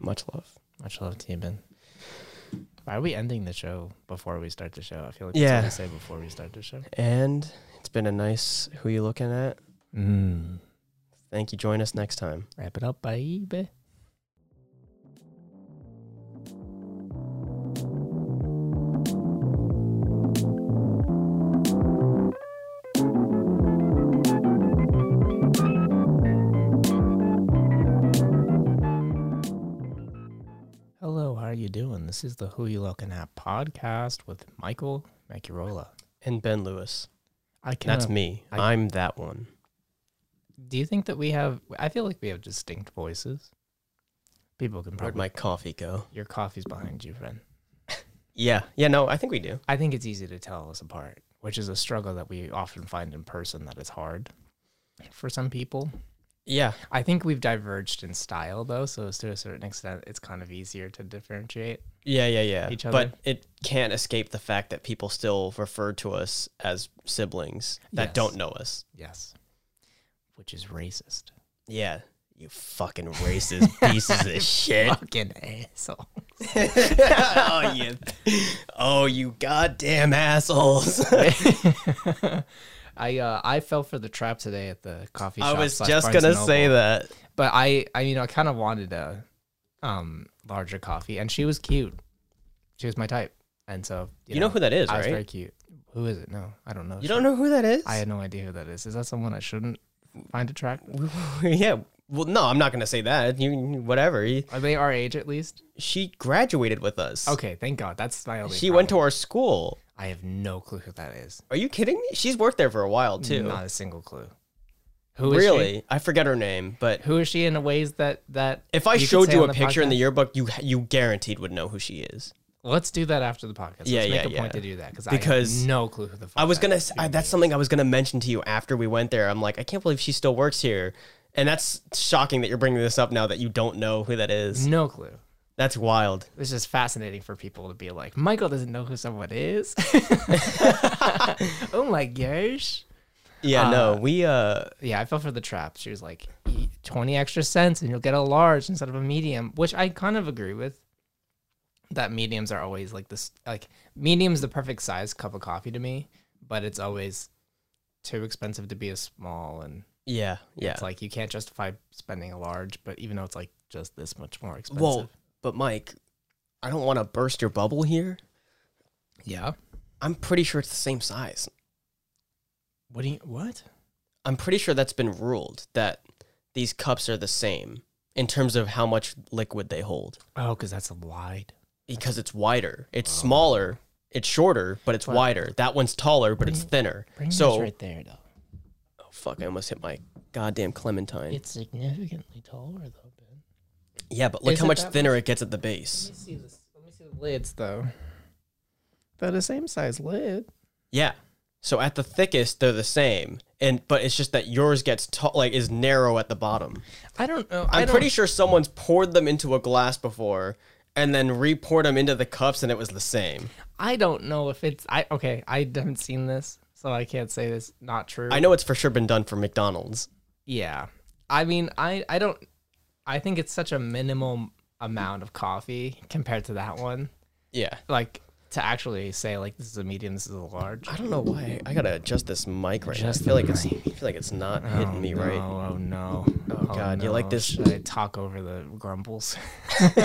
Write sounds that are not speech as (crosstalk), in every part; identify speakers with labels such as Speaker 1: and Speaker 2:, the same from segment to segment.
Speaker 1: Much love.
Speaker 2: Much love to you, Ben. Why are we ending the show before we start the show? I feel like
Speaker 1: Yeah.
Speaker 2: that's what we say before we start the show.
Speaker 1: And it's been a nice who you looking at.
Speaker 2: Mm.
Speaker 1: Thank you. Join us next time.
Speaker 2: Wrap it up, baby. Hello, how are you doing? This is the Who You Looking At podcast with Michael Macurola.
Speaker 1: And Ben Lewis.
Speaker 2: I can
Speaker 1: That's me.
Speaker 2: I-
Speaker 1: I'm that one.
Speaker 2: Do you think that we have? I feel like we have distinct voices. People can
Speaker 1: Where'd
Speaker 2: probably
Speaker 1: my coffee go?
Speaker 2: Your coffee's behind you, friend.
Speaker 1: Yeah. Yeah, no, I think we do.
Speaker 2: I think it's easy to tell us apart, which is a struggle that we often find in person that is hard for some people.
Speaker 1: Yeah.
Speaker 2: I think we've diverged in style though, so it's to a certain extent it's kind of easier to differentiate.
Speaker 1: Yeah, yeah, yeah.
Speaker 2: Each other.
Speaker 1: But it can't escape the fact that people still refer to us as siblings that
Speaker 2: Yes.
Speaker 1: don't know us.
Speaker 2: Yes. Which is
Speaker 1: (laughs)
Speaker 2: racist.
Speaker 1: Yeah. You fucking racist pieces of shit.
Speaker 2: (laughs) Fucking asshole.
Speaker 1: oh, you, (laughs) oh, you goddamn assholes.
Speaker 2: I uh, I fell for the trap today at the coffee
Speaker 1: I
Speaker 2: shop.
Speaker 1: was
Speaker 2: slash
Speaker 1: just
Speaker 2: Barnes
Speaker 1: going to
Speaker 2: Noble.
Speaker 1: say that.
Speaker 2: but I, I mean, I kind of wanted a um larger coffee, and she was cute. She was my type, and so
Speaker 1: You know who that is,
Speaker 2: I was
Speaker 1: right?
Speaker 2: very cute. Who is it? No, I don't know.
Speaker 1: You don't know who that is?
Speaker 2: I had no idea who that is. Is that someone I shouldn't find attractive?
Speaker 1: (laughs) yeah. Well, no, I'm not going to say that. You whatever. You-
Speaker 2: Are they our age at least?
Speaker 1: She graduated with us.
Speaker 2: Okay, thank God. That's my only.
Speaker 1: She went to our school.
Speaker 2: I have no clue who that is.
Speaker 1: Are you kidding me? She's worked there for a while too.
Speaker 2: Not a single clue. Who is she?
Speaker 1: really? I forget her name, but
Speaker 2: Who is she in the ways that that?
Speaker 1: if I
Speaker 2: could
Speaker 1: showed
Speaker 2: say
Speaker 1: you
Speaker 2: on
Speaker 1: a picture in the
Speaker 2: podcast?
Speaker 1: yearbook, you you guaranteed would know who she is.
Speaker 2: let's do that after the podcast.
Speaker 1: Yeah,
Speaker 2: let's
Speaker 1: yeah,
Speaker 2: make a
Speaker 1: yeah.
Speaker 2: point to do that because I
Speaker 1: Because
Speaker 2: have no clue who the. Fuck
Speaker 1: I was
Speaker 2: that
Speaker 1: gonna.
Speaker 2: is.
Speaker 1: I, that's something I was gonna mention to you after we went there. I'm like, I can't believe she still works here, and that's shocking that you're bringing this up now that you don't know who that is.
Speaker 2: no clue.
Speaker 1: That's wild.
Speaker 2: It's just fascinating for people to be like, Michael doesn't know who someone is. (laughs) oh my gosh.
Speaker 1: Yeah. no, we. Uh.
Speaker 2: Yeah, I fell for the trap. She was like, "Eat 20 extra cents and you'll get a large instead of a medium, which I kind of agree with. That mediums are always like this, like, medium's the perfect size cup of coffee to me, but it's always too expensive to be a small. And
Speaker 1: Yeah. Yeah.
Speaker 2: it's like, you can't justify spending a large, but even though it's like just this much more expensive.
Speaker 1: well, but Mike, I don't want to burst your bubble here.
Speaker 2: yeah.
Speaker 1: I'm pretty sure it's the same size.
Speaker 2: What do you, what?
Speaker 1: I'm pretty sure that's been ruled that these cups are the same in terms of how much liquid they hold
Speaker 2: Oh, because that's wide.
Speaker 1: because it's wider. It's smaller, it's shorter, but it's wider. That one's taller, but it's thinner.
Speaker 2: Bring
Speaker 1: So,
Speaker 2: this right there, though.
Speaker 1: oh, fuck, I almost hit my goddamn clementine.
Speaker 2: It's significantly taller though, Ben.
Speaker 1: Yeah, but look
Speaker 2: Is
Speaker 1: how
Speaker 2: it
Speaker 1: much
Speaker 2: that
Speaker 1: thinner it gets at the base.
Speaker 2: Let me see this. Let me see the lids though. They're the same size lid.
Speaker 1: Yeah. So at the thickest, they're the same, and but it's just that yours gets ta- like is narrow at the bottom.
Speaker 2: I don't know. I
Speaker 1: I'm
Speaker 2: don't,
Speaker 1: pretty sure someone's poured them into a glass before, and then re-poured them into the cups, and it was the same.
Speaker 2: I don't know if it's. I okay. I haven't seen this, so I can't say this not true.
Speaker 1: I know it's for sure been done for McDonald's.
Speaker 2: Yeah. I mean, I I don't. I think it's such a minimal amount of coffee compared to that one.
Speaker 1: Yeah.
Speaker 2: Like to actually say like this is a medium, this is a large.
Speaker 1: I don't know why. I gotta adjust this mic right now. I feel like it's. I feel like it's not hitting me right.
Speaker 2: Oh, oh no. Oh,
Speaker 1: God, you like
Speaker 2: no.
Speaker 1: this-
Speaker 2: Should I talk over the grumbles? (laughs)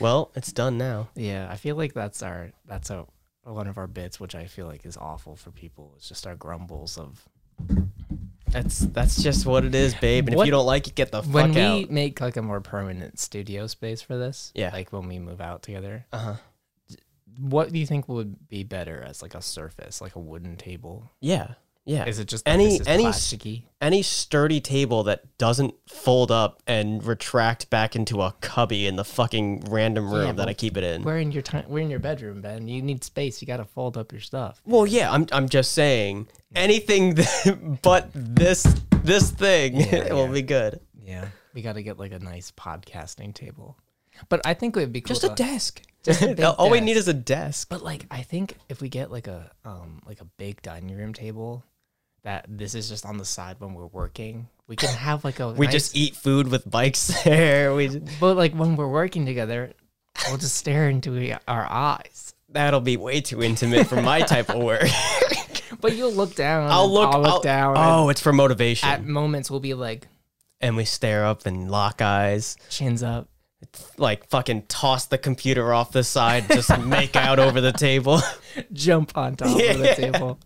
Speaker 1: Well, it's done now.
Speaker 2: Yeah, I feel like that's our that's a one of our bits, which I feel like is awful for people. It's just our grumbles of
Speaker 1: That's that's just what it is, babe. And if
Speaker 2: What-
Speaker 1: you don't like it, get the
Speaker 2: when
Speaker 1: fuck
Speaker 2: we
Speaker 1: out.
Speaker 2: make like a more permanent studio space for this.
Speaker 1: Yeah.
Speaker 2: like when we move out together.
Speaker 1: Uh huh.
Speaker 2: What do you think would be better as like a surface, like a wooden table?
Speaker 1: Yeah. Yeah.
Speaker 2: Is it just that
Speaker 1: any
Speaker 2: this is
Speaker 1: any s-
Speaker 2: plasticky?
Speaker 1: any sturdy table that doesn't fold up and retract back into a cubby in the fucking random room
Speaker 2: Yeah,
Speaker 1: that
Speaker 2: but
Speaker 1: I keep it in?
Speaker 2: We're in your time. We're in your bedroom, Ben. You need space. You got to fold up your stuff.
Speaker 1: Well, yeah, I'm I'm just saying anything (laughs) that, but this this thing (laughs)
Speaker 2: Yeah,
Speaker 1: will
Speaker 2: yeah.
Speaker 1: be good.
Speaker 2: Yeah, we got to get like a nice podcasting table. But I think it would be cool.
Speaker 1: Just a
Speaker 2: to-
Speaker 1: desk.
Speaker 2: Just a big (laughs)
Speaker 1: All we
Speaker 2: desk.
Speaker 1: need is a desk.
Speaker 2: But like I think if we get like a um like a big dining room table that this is just on the side when we're working, We
Speaker 1: (laughs)
Speaker 2: can have like a.
Speaker 1: We
Speaker 2: nice-
Speaker 1: just eat food with bikes (laughs) there. We just,
Speaker 2: But like when we're working together, we'll just stare into e- our eyes.
Speaker 1: that'll be way too intimate for my type of
Speaker 2: (laughs)
Speaker 1: work.
Speaker 2: But you'll look down.
Speaker 1: I'll look.
Speaker 2: I'll look
Speaker 1: I'll-
Speaker 2: down. and
Speaker 1: Oh, it's for motivation.
Speaker 2: at moments, we'll be like
Speaker 1: and we stare up and lock eyes,
Speaker 2: chins up.
Speaker 1: like fucking toss the computer off the side,
Speaker 2: (laughs)
Speaker 1: just make out over the table. (laughs)
Speaker 2: jump on top of the
Speaker 1: Yeah.
Speaker 2: table.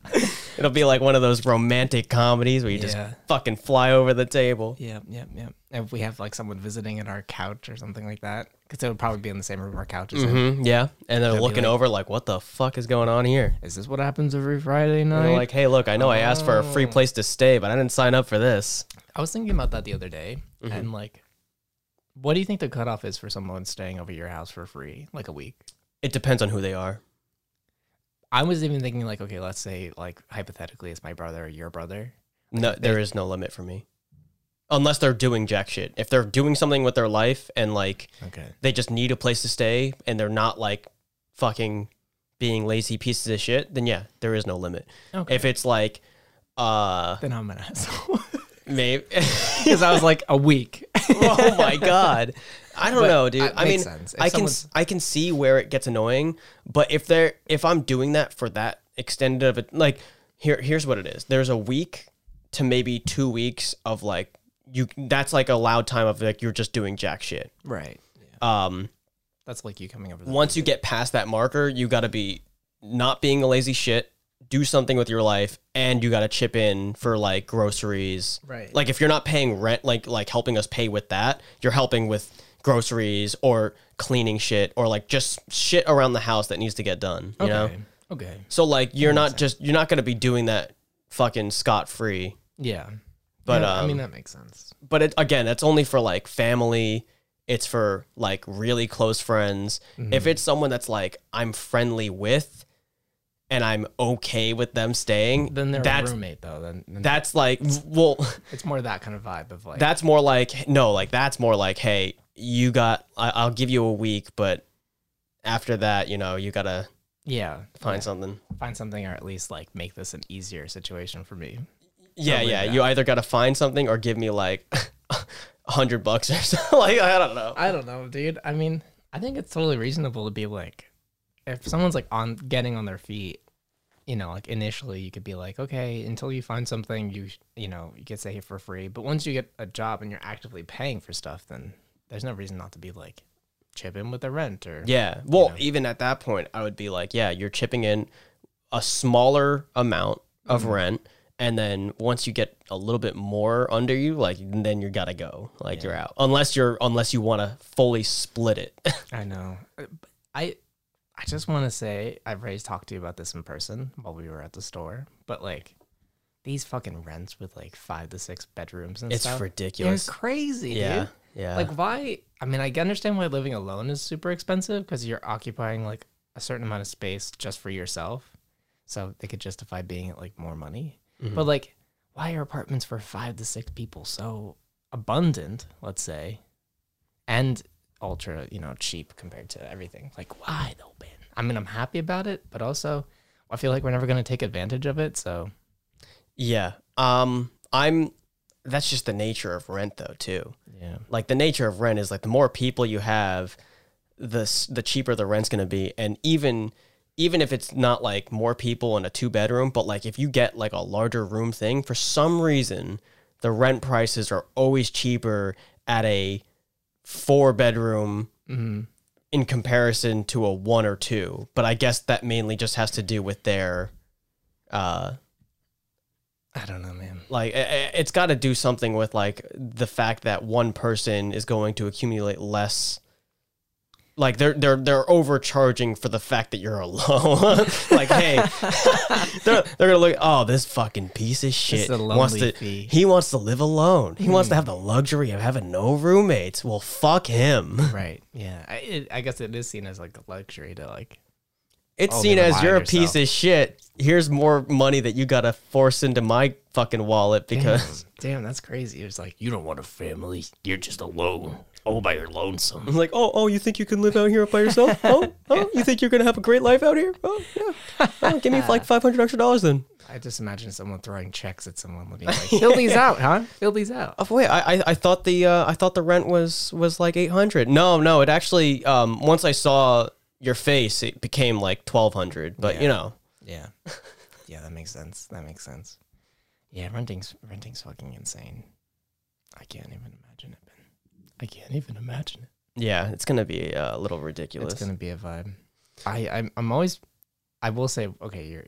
Speaker 1: It'll be like one of those romantic comedies where you just
Speaker 2: Yeah.
Speaker 1: fucking fly over the table.
Speaker 2: Yep, yep, yep. And if we have like someone visiting at our couch or something like that, because it would probably be in the same room our couch is in.
Speaker 1: hmm yeah, and they're looking over like, "What the fuck is going on here?"
Speaker 2: Is this what happens every Friday
Speaker 1: And
Speaker 2: night?
Speaker 1: they're like, "Hey, look, I know I asked for a free place to stay, but I didn't sign up for this."
Speaker 2: I was thinking about that the other day, and like, what do you think the cutoff is for someone staying over your house for free, like a week?
Speaker 1: It depends on who they are.
Speaker 2: I was even thinking like, okay, let's say like hypothetically, it's my brother or your brother.
Speaker 1: No, there is no limit for me, unless they're doing jack shit. If they're doing something with their life and like
Speaker 2: Okay.
Speaker 1: they just need a place to stay and they're not like fucking being lazy pieces of shit, then yeah, there is no limit.
Speaker 2: Okay.
Speaker 1: If it's like, uh,
Speaker 2: Then I'm an (laughs) asshole
Speaker 1: (laughs) maybe.
Speaker 2: because I was like a week.
Speaker 1: (laughs) oh my god i don't
Speaker 2: But
Speaker 1: know dude
Speaker 2: it
Speaker 1: i
Speaker 2: makes
Speaker 1: mean
Speaker 2: sense. If
Speaker 1: i can
Speaker 2: someone's-
Speaker 1: i can see where it gets annoying but if they're if i'm doing that for that extended of it like here here's what it is there's a week to maybe two weeks of like you that's like a loud time of like you're just doing jack shit
Speaker 2: right. Yeah.
Speaker 1: um
Speaker 2: That's like you coming over. The
Speaker 1: once you get past that marker you got to be not being a lazy shit do something with your life and you got to chip in for like groceries
Speaker 2: Right.
Speaker 1: like if you're not paying rent like like helping us pay with that you're helping with groceries or cleaning shit or like just shit around the house that needs to get done you know
Speaker 2: okay. Okay.
Speaker 1: so like you're not just you're not going to be doing that fucking scot free
Speaker 2: Yeah.
Speaker 1: But,
Speaker 2: Yeah, I mean
Speaker 1: um,
Speaker 2: that makes sense.
Speaker 1: but it, again that's only for like family it's for like really close friends if it's someone that's like i'm friendly with and i'm okay with them staying
Speaker 2: Then they're
Speaker 1: that's
Speaker 2: a roommate though. Then, then
Speaker 1: that's like well
Speaker 2: it's more that kind of vibe of like
Speaker 1: that's more like no like that's more like hey you got I, i'll give you a week but after that you know you gotta
Speaker 2: yeah
Speaker 1: find something
Speaker 2: find something or at least like make this an easier situation for me.
Speaker 1: yeah
Speaker 2: Totally
Speaker 1: yeah
Speaker 2: that.
Speaker 1: you either gotta find something or give me like (laughs) a hundred bucks or (laughs) something like i don't know
Speaker 2: I don't know, dude. I mean, I think it's totally reasonable to be like, if someone's like on getting on their feet, you know, like initially you could be like, okay, until you find something, you sh- you know, you could stay here for free. But once you get a job and you're actively paying for stuff, then there's no reason not to be like chip in with the rent or
Speaker 1: Yeah. Well, even at that point, I would be like, yeah, you're chipping in a smaller amount of rent. And then once you get a little bit more under you, like then you gotta go, like you're out. Unless you're unless you want to fully split it. (laughs)
Speaker 2: I know. Uh, b- I I just want to say I've already talked to you about this in person while we were at the store, but like these fucking rents with like five to six bedrooms and
Speaker 1: it's
Speaker 2: stuff.
Speaker 1: ridiculous.
Speaker 2: They're crazy,
Speaker 1: yeah,
Speaker 2: dude.
Speaker 1: yeah.
Speaker 2: Like why? I mean, I understand why living alone is super expensive because you're occupying like a certain amount of space just for yourself, so they could justify being at like more money. But like, why are apartments for five to six people so abundant? Let's say, and ultra, you know, cheap compared to everything. Like, why though, Ben? I mean, I'm happy about it, but also I feel like we're never gonna take advantage of it. So
Speaker 1: yeah. Um, I'm. That's just the nature of rent, though, too.
Speaker 2: yeah,
Speaker 1: like the nature of rent is like the more people you have the s- the cheaper the rent's going to be and even even if it's not like more people in a two bedroom but like if you get like a larger room thing for some reason the rent prices are always cheaper at a four bedroom
Speaker 2: hmm
Speaker 1: in comparison to a one or two but i guess that mainly just has to do with their uh
Speaker 2: I don't know, man.
Speaker 1: like i- i- it's got to do something with like the fact that one person is going to accumulate less like they're they're they're overcharging for the fact that you're (laughs) alone like hey (laughs) they're, they're gonna look oh this fucking piece of shit
Speaker 2: a
Speaker 1: wants
Speaker 2: lonely
Speaker 1: to
Speaker 2: fee. Hmm.
Speaker 1: he wants to live alone he wants to have the luxury of having no roommates well fuck
Speaker 2: (laughs)
Speaker 1: him
Speaker 2: Right. Yeah. I, it, I guess it is seen as like a luxury to like.
Speaker 1: it's
Speaker 2: Oh,
Speaker 1: seen
Speaker 2: never
Speaker 1: as
Speaker 2: mind
Speaker 1: you're a
Speaker 2: yourself.
Speaker 1: piece of shit here's more money that you gotta force into my fucking wallet because
Speaker 2: (laughs) Damn, that's crazy. It's like you don't want a family. You're just alone. Oh, by your lonesome.
Speaker 1: I'm like, oh, oh, you think you can live out here by yourself? (laughs) Oh, oh, you think you're gonna have a great life out here? Oh, yeah. Oh, give me like five hundred extra dollars then.
Speaker 2: I just imagine someone throwing checks at someone living (laughs) like, fill these out, huh? Fill these out.
Speaker 1: Oh wait, I, I, I thought the uh, I thought the rent was was like eight hundred. No, no, it actually um once I saw your face, it became like twelve hundred. But you know,
Speaker 2: Yeah. Yeah, that makes sense. That makes sense. Yeah, renting's renting's fucking insane. I can't even imagine it. Ben. I can't even imagine it.
Speaker 1: yeah, it's gonna be uh, a little ridiculous.
Speaker 2: It's gonna be a vibe. I I'm, I'm always I will say okay, you're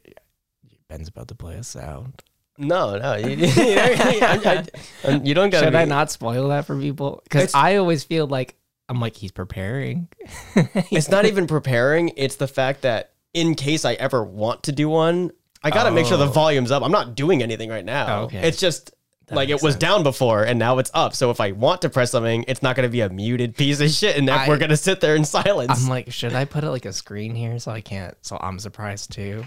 Speaker 2: Ben's about to play us out.
Speaker 1: No, no, you, (laughs) you, I, I, I, you don't gotta.
Speaker 2: Should
Speaker 1: be,
Speaker 2: I not spoil that for people? Because
Speaker 1: It's-
Speaker 2: I always feel like I'm like he's preparing.
Speaker 1: It's not even preparing. It's the fact that in case I ever want to do one, I gotta make sure the
Speaker 2: Oh.
Speaker 1: volume's up. I'm not doing anything right now.
Speaker 2: Oh, okay.
Speaker 1: It's just.
Speaker 2: That
Speaker 1: like it
Speaker 2: makes
Speaker 1: was
Speaker 2: sense.
Speaker 1: down before and now it's up. So if I want to press something, it's not going to be a muted piece of shit and
Speaker 2: I-
Speaker 1: we're going to sit there in silence.
Speaker 2: I'm like, should I put it like a screen here so I can't? So I'm surprised too.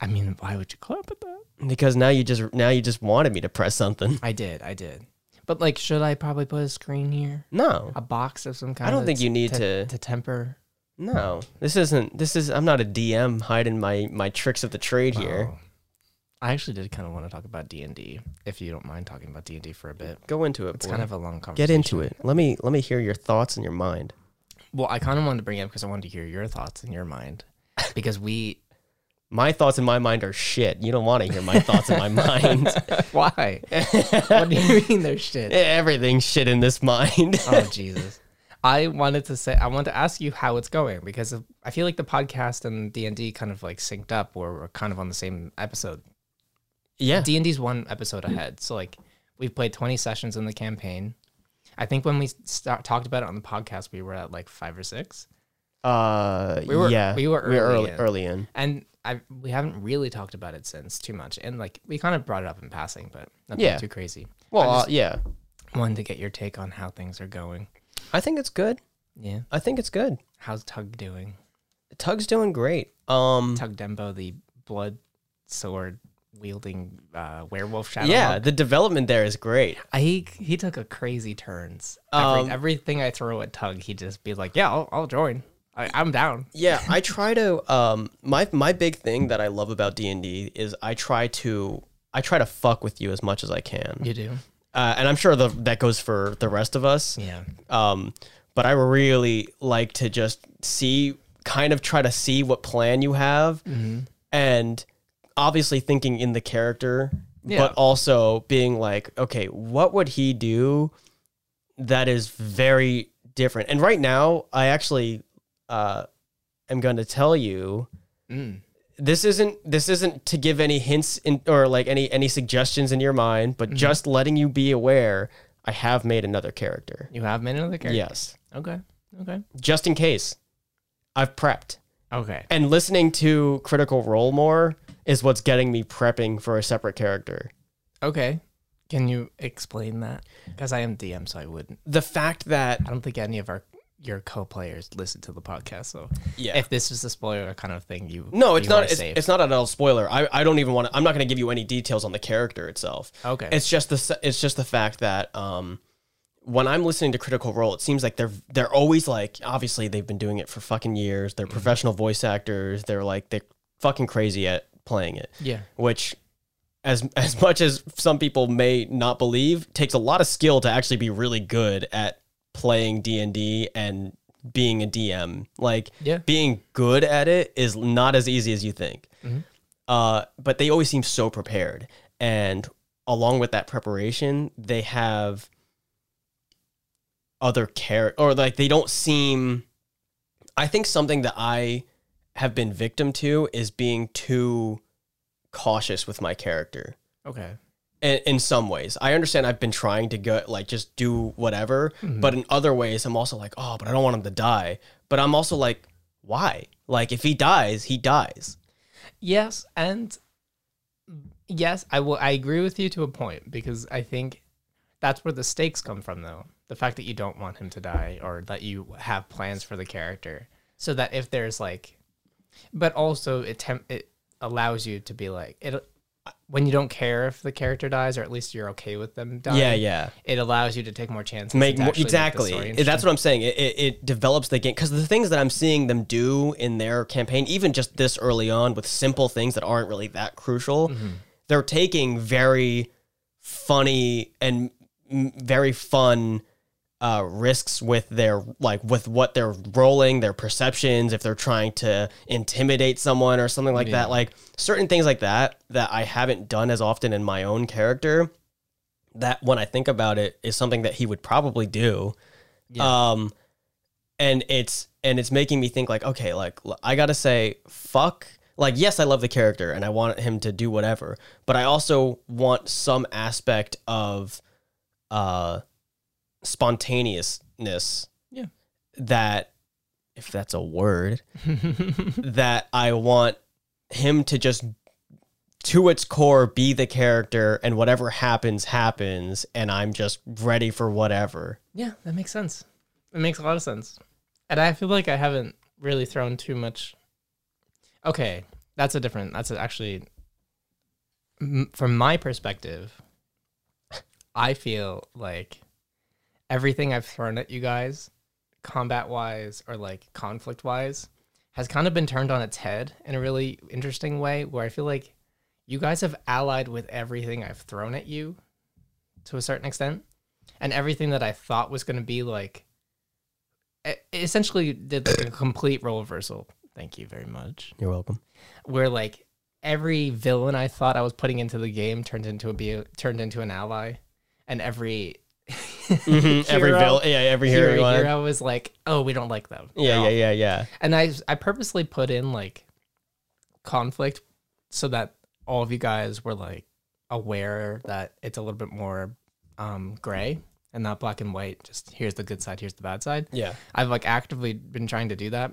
Speaker 2: I mean, why would you clap at that?
Speaker 1: because now you just now you just wanted me to press something.
Speaker 2: I did, I did. But like, should I probably put a screen here?
Speaker 1: No.
Speaker 2: A box of some kind.
Speaker 1: don't think
Speaker 2: that's
Speaker 1: you need to-
Speaker 2: to temper
Speaker 1: No. This isn't this is I'm not a DM hiding my my tricks of the trade here.
Speaker 2: Oh. I actually did kind of want to talk about D and D, if you don't mind talking about D and D for a bit.
Speaker 1: Go into it.
Speaker 2: It's
Speaker 1: boy.
Speaker 2: kind of a long conversation.
Speaker 1: Get into it. Let me let me hear your thoughts and your mind.
Speaker 2: Well, I kind of wanted to bring it up because I wanted to hear your thoughts in your mind,
Speaker 1: (laughs)
Speaker 2: because we
Speaker 1: My thoughts in my mind are shit. You don't want to hear my thoughts
Speaker 2: (laughs)
Speaker 1: in my mind.
Speaker 2: why? (laughs) what do you mean there's shit?
Speaker 1: Everything's shit in this
Speaker 2: (laughs)
Speaker 1: mind.
Speaker 2: oh
Speaker 1: (laughs)
Speaker 2: Jesus. I wanted to say I wanted to ask you how it's going because of- I feel like the podcast and D and D kind of like synced up where we're kind of on the same episode.
Speaker 1: yeah.
Speaker 2: D and D's one episode ahead, so like we've played twenty sessions in the campaign. I think when we start, talked about it on the podcast, we were at like five or six,
Speaker 1: Uh
Speaker 2: We were-
Speaker 1: yeah.
Speaker 2: we were
Speaker 1: early
Speaker 2: early in.
Speaker 1: early in.
Speaker 2: and I we haven't really talked about it since too much. And like we kind of brought it up in passing, but nothing
Speaker 1: Yeah.
Speaker 2: too crazy.
Speaker 1: Well,
Speaker 2: I
Speaker 1: uh, yeah.
Speaker 2: Wanted to get your take on how things are going.
Speaker 1: I think it's good.
Speaker 2: Yeah,
Speaker 1: I think it's good.
Speaker 2: how's Tug doing?
Speaker 1: Tug's doing great. Um
Speaker 2: Tug Dembo, the blood sword wielding uh, werewolf shadow.
Speaker 1: yeah,
Speaker 2: monk.
Speaker 1: the development there is great.
Speaker 2: I, he he took a crazy turns. Every,
Speaker 1: Um,
Speaker 2: everything I throw at Tug, he'd just be like, "Yeah, I'll, I'll join. I, I'm down."
Speaker 1: yeah
Speaker 2: (laughs)
Speaker 1: i try to um my my big thing that i love about d&d is i try to i try to fuck with you as much as i can
Speaker 2: You do,
Speaker 1: uh, and i'm sure the, that goes for the rest of us
Speaker 2: yeah.
Speaker 1: um but i really like to just see kind of try to see what plan you have
Speaker 2: Mm-hmm.
Speaker 1: and obviously thinking in the character
Speaker 2: Yeah.
Speaker 1: but also being like okay what would he do that is very different and right now i actually uh am going to tell you
Speaker 2: Mm.
Speaker 1: this isn't this isn't to give any hints in, or like any any suggestions in your mind
Speaker 2: Mm-hmm.
Speaker 1: but just letting you be aware i have made another character
Speaker 2: You have made another character.
Speaker 1: yes
Speaker 2: Okay. Okay.
Speaker 1: just in case. I've prepped.
Speaker 2: Okay.
Speaker 1: And listening to Critical Role more is what's getting me prepping for a separate character.
Speaker 2: Okay. Can you explain that? Because I am DM, so I wouldn't.
Speaker 1: The fact that
Speaker 2: I don't think any of our your co-players listen to the podcast. So
Speaker 1: Yeah.
Speaker 2: if this is a spoiler kind of thing, you
Speaker 1: no, it's
Speaker 2: you
Speaker 1: not
Speaker 2: wanna
Speaker 1: it's,
Speaker 2: save.
Speaker 1: it's not at all spoiler. I, I don't even want to I'm not going to give you any details on the character itself.
Speaker 2: okay.
Speaker 1: It's just the s- it's just the fact that um when I'm listening to Critical Role, it seems like they're they're always like obviously they've been doing it for fucking years.
Speaker 2: Mm-hmm.
Speaker 1: They're professional voice actors. They're like they're fucking crazy at playing it.
Speaker 2: yeah.
Speaker 1: which as (laughs) as much as some people may not believe takes a lot of skill to actually be really good at playing D&D and being a DM. Like
Speaker 2: Yeah.
Speaker 1: being good at it is not as easy as you think.
Speaker 2: Mhm.
Speaker 1: Uh, but they always seem so prepared and along with that preparation, they have other care or like they don't seem I think something that I have been victim to is being too cautious with my character
Speaker 2: Okay.
Speaker 1: in, in some ways. I understand I've been trying to go like just do whatever,
Speaker 2: Mm-hmm.
Speaker 1: but in other ways I'm also like, oh, but I don't want him to die. But I'm also like, why? Like if he dies, he dies.
Speaker 2: Yes, and yes, I will. I agree with you to a point because I think that's where the stakes come from, though. The fact that you don't want him to die, or that you have plans for the character, so that if there's like, but also it tem- it allows you to be like it. when you don't care if the character dies, or at least you're okay with them dying.
Speaker 1: Yeah, yeah.
Speaker 2: It allows you to take more chances.
Speaker 1: Make
Speaker 2: to
Speaker 1: more,
Speaker 2: actually make the
Speaker 1: exactly.
Speaker 2: story
Speaker 1: It- That's what I'm saying. It, it, it develops the game because the things that I'm seeing them do in their campaign, even just this early on, with simple things that aren't really that crucial,
Speaker 2: Mm-hmm.
Speaker 1: they're taking very funny and m- very fun uh, risks with their like with what they're rolling, their perceptions, if they're trying to intimidate someone or something like that. Like certain things like that that I haven't done as often in my own character. That when I think about it, is something that he would probably do. Um, and it's and it's making me think like, okay, like l- I gotta say, fuck. Like, yes, I love the character and I want him to do whatever, but I also want some aspect of uh spontaneousness.
Speaker 2: Yeah.
Speaker 1: That, if that's a word,
Speaker 2: interesting.
Speaker 1: that I want him to just to its core be the character and whatever happens happens and I'm just ready for whatever.
Speaker 2: yeah, that makes sense. It makes a lot of sense. And I feel like I haven't really thrown too much. Okay, that's a different. That's a- actually, m- from my perspective, (laughs) I feel like everything I've thrown at you guys, combat wise or like conflict wise, has kind of been turned on its head in a really interesting way where I feel like you guys have allied with everything I've thrown at you to a certain extent. And everything that I thought was going to be like, e- essentially did like a complete role reversal. Thank you very much
Speaker 1: You're welcome.
Speaker 2: where like every villain I thought I was putting into the game turned into a be- turned into an ally, and every
Speaker 1: every
Speaker 2: (laughs) hero-
Speaker 1: villain, yeah, every Mm-hmm. hero, you
Speaker 2: hero,
Speaker 1: wanted.
Speaker 2: hero was like, oh, we don't like them.
Speaker 1: Yeah, yeah, yeah, yeah.
Speaker 2: And I I purposely put in like conflict so that all of you guys were like aware that it's a little bit more um gray and not black and white. Just here's the good side, here's the bad side.
Speaker 1: Yeah.
Speaker 2: I've like actively been trying to do that,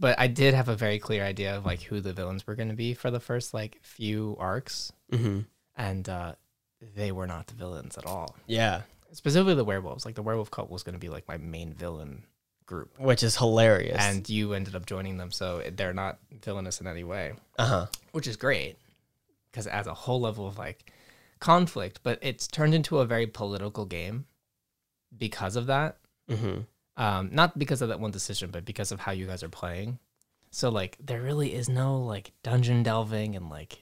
Speaker 2: but I did have a very clear idea of like who the villains were going to be for the first like few arcs,
Speaker 1: Mm-hmm.
Speaker 2: and uh, they were not the villains at all.
Speaker 1: Yeah.
Speaker 2: Specifically, the werewolves. Like the werewolf cult was going to be like my main villain group,
Speaker 1: Which is hilarious.
Speaker 2: and you ended up joining them, so they're not villainous in any way,
Speaker 1: uh huh.
Speaker 2: which is great because it adds a whole level of like conflict. But it's turned into a very political game because of that
Speaker 1: Mm-hmm.
Speaker 2: um, not because of that one decision, but because of how you guys are playing. So like, there really is no like dungeon delving and like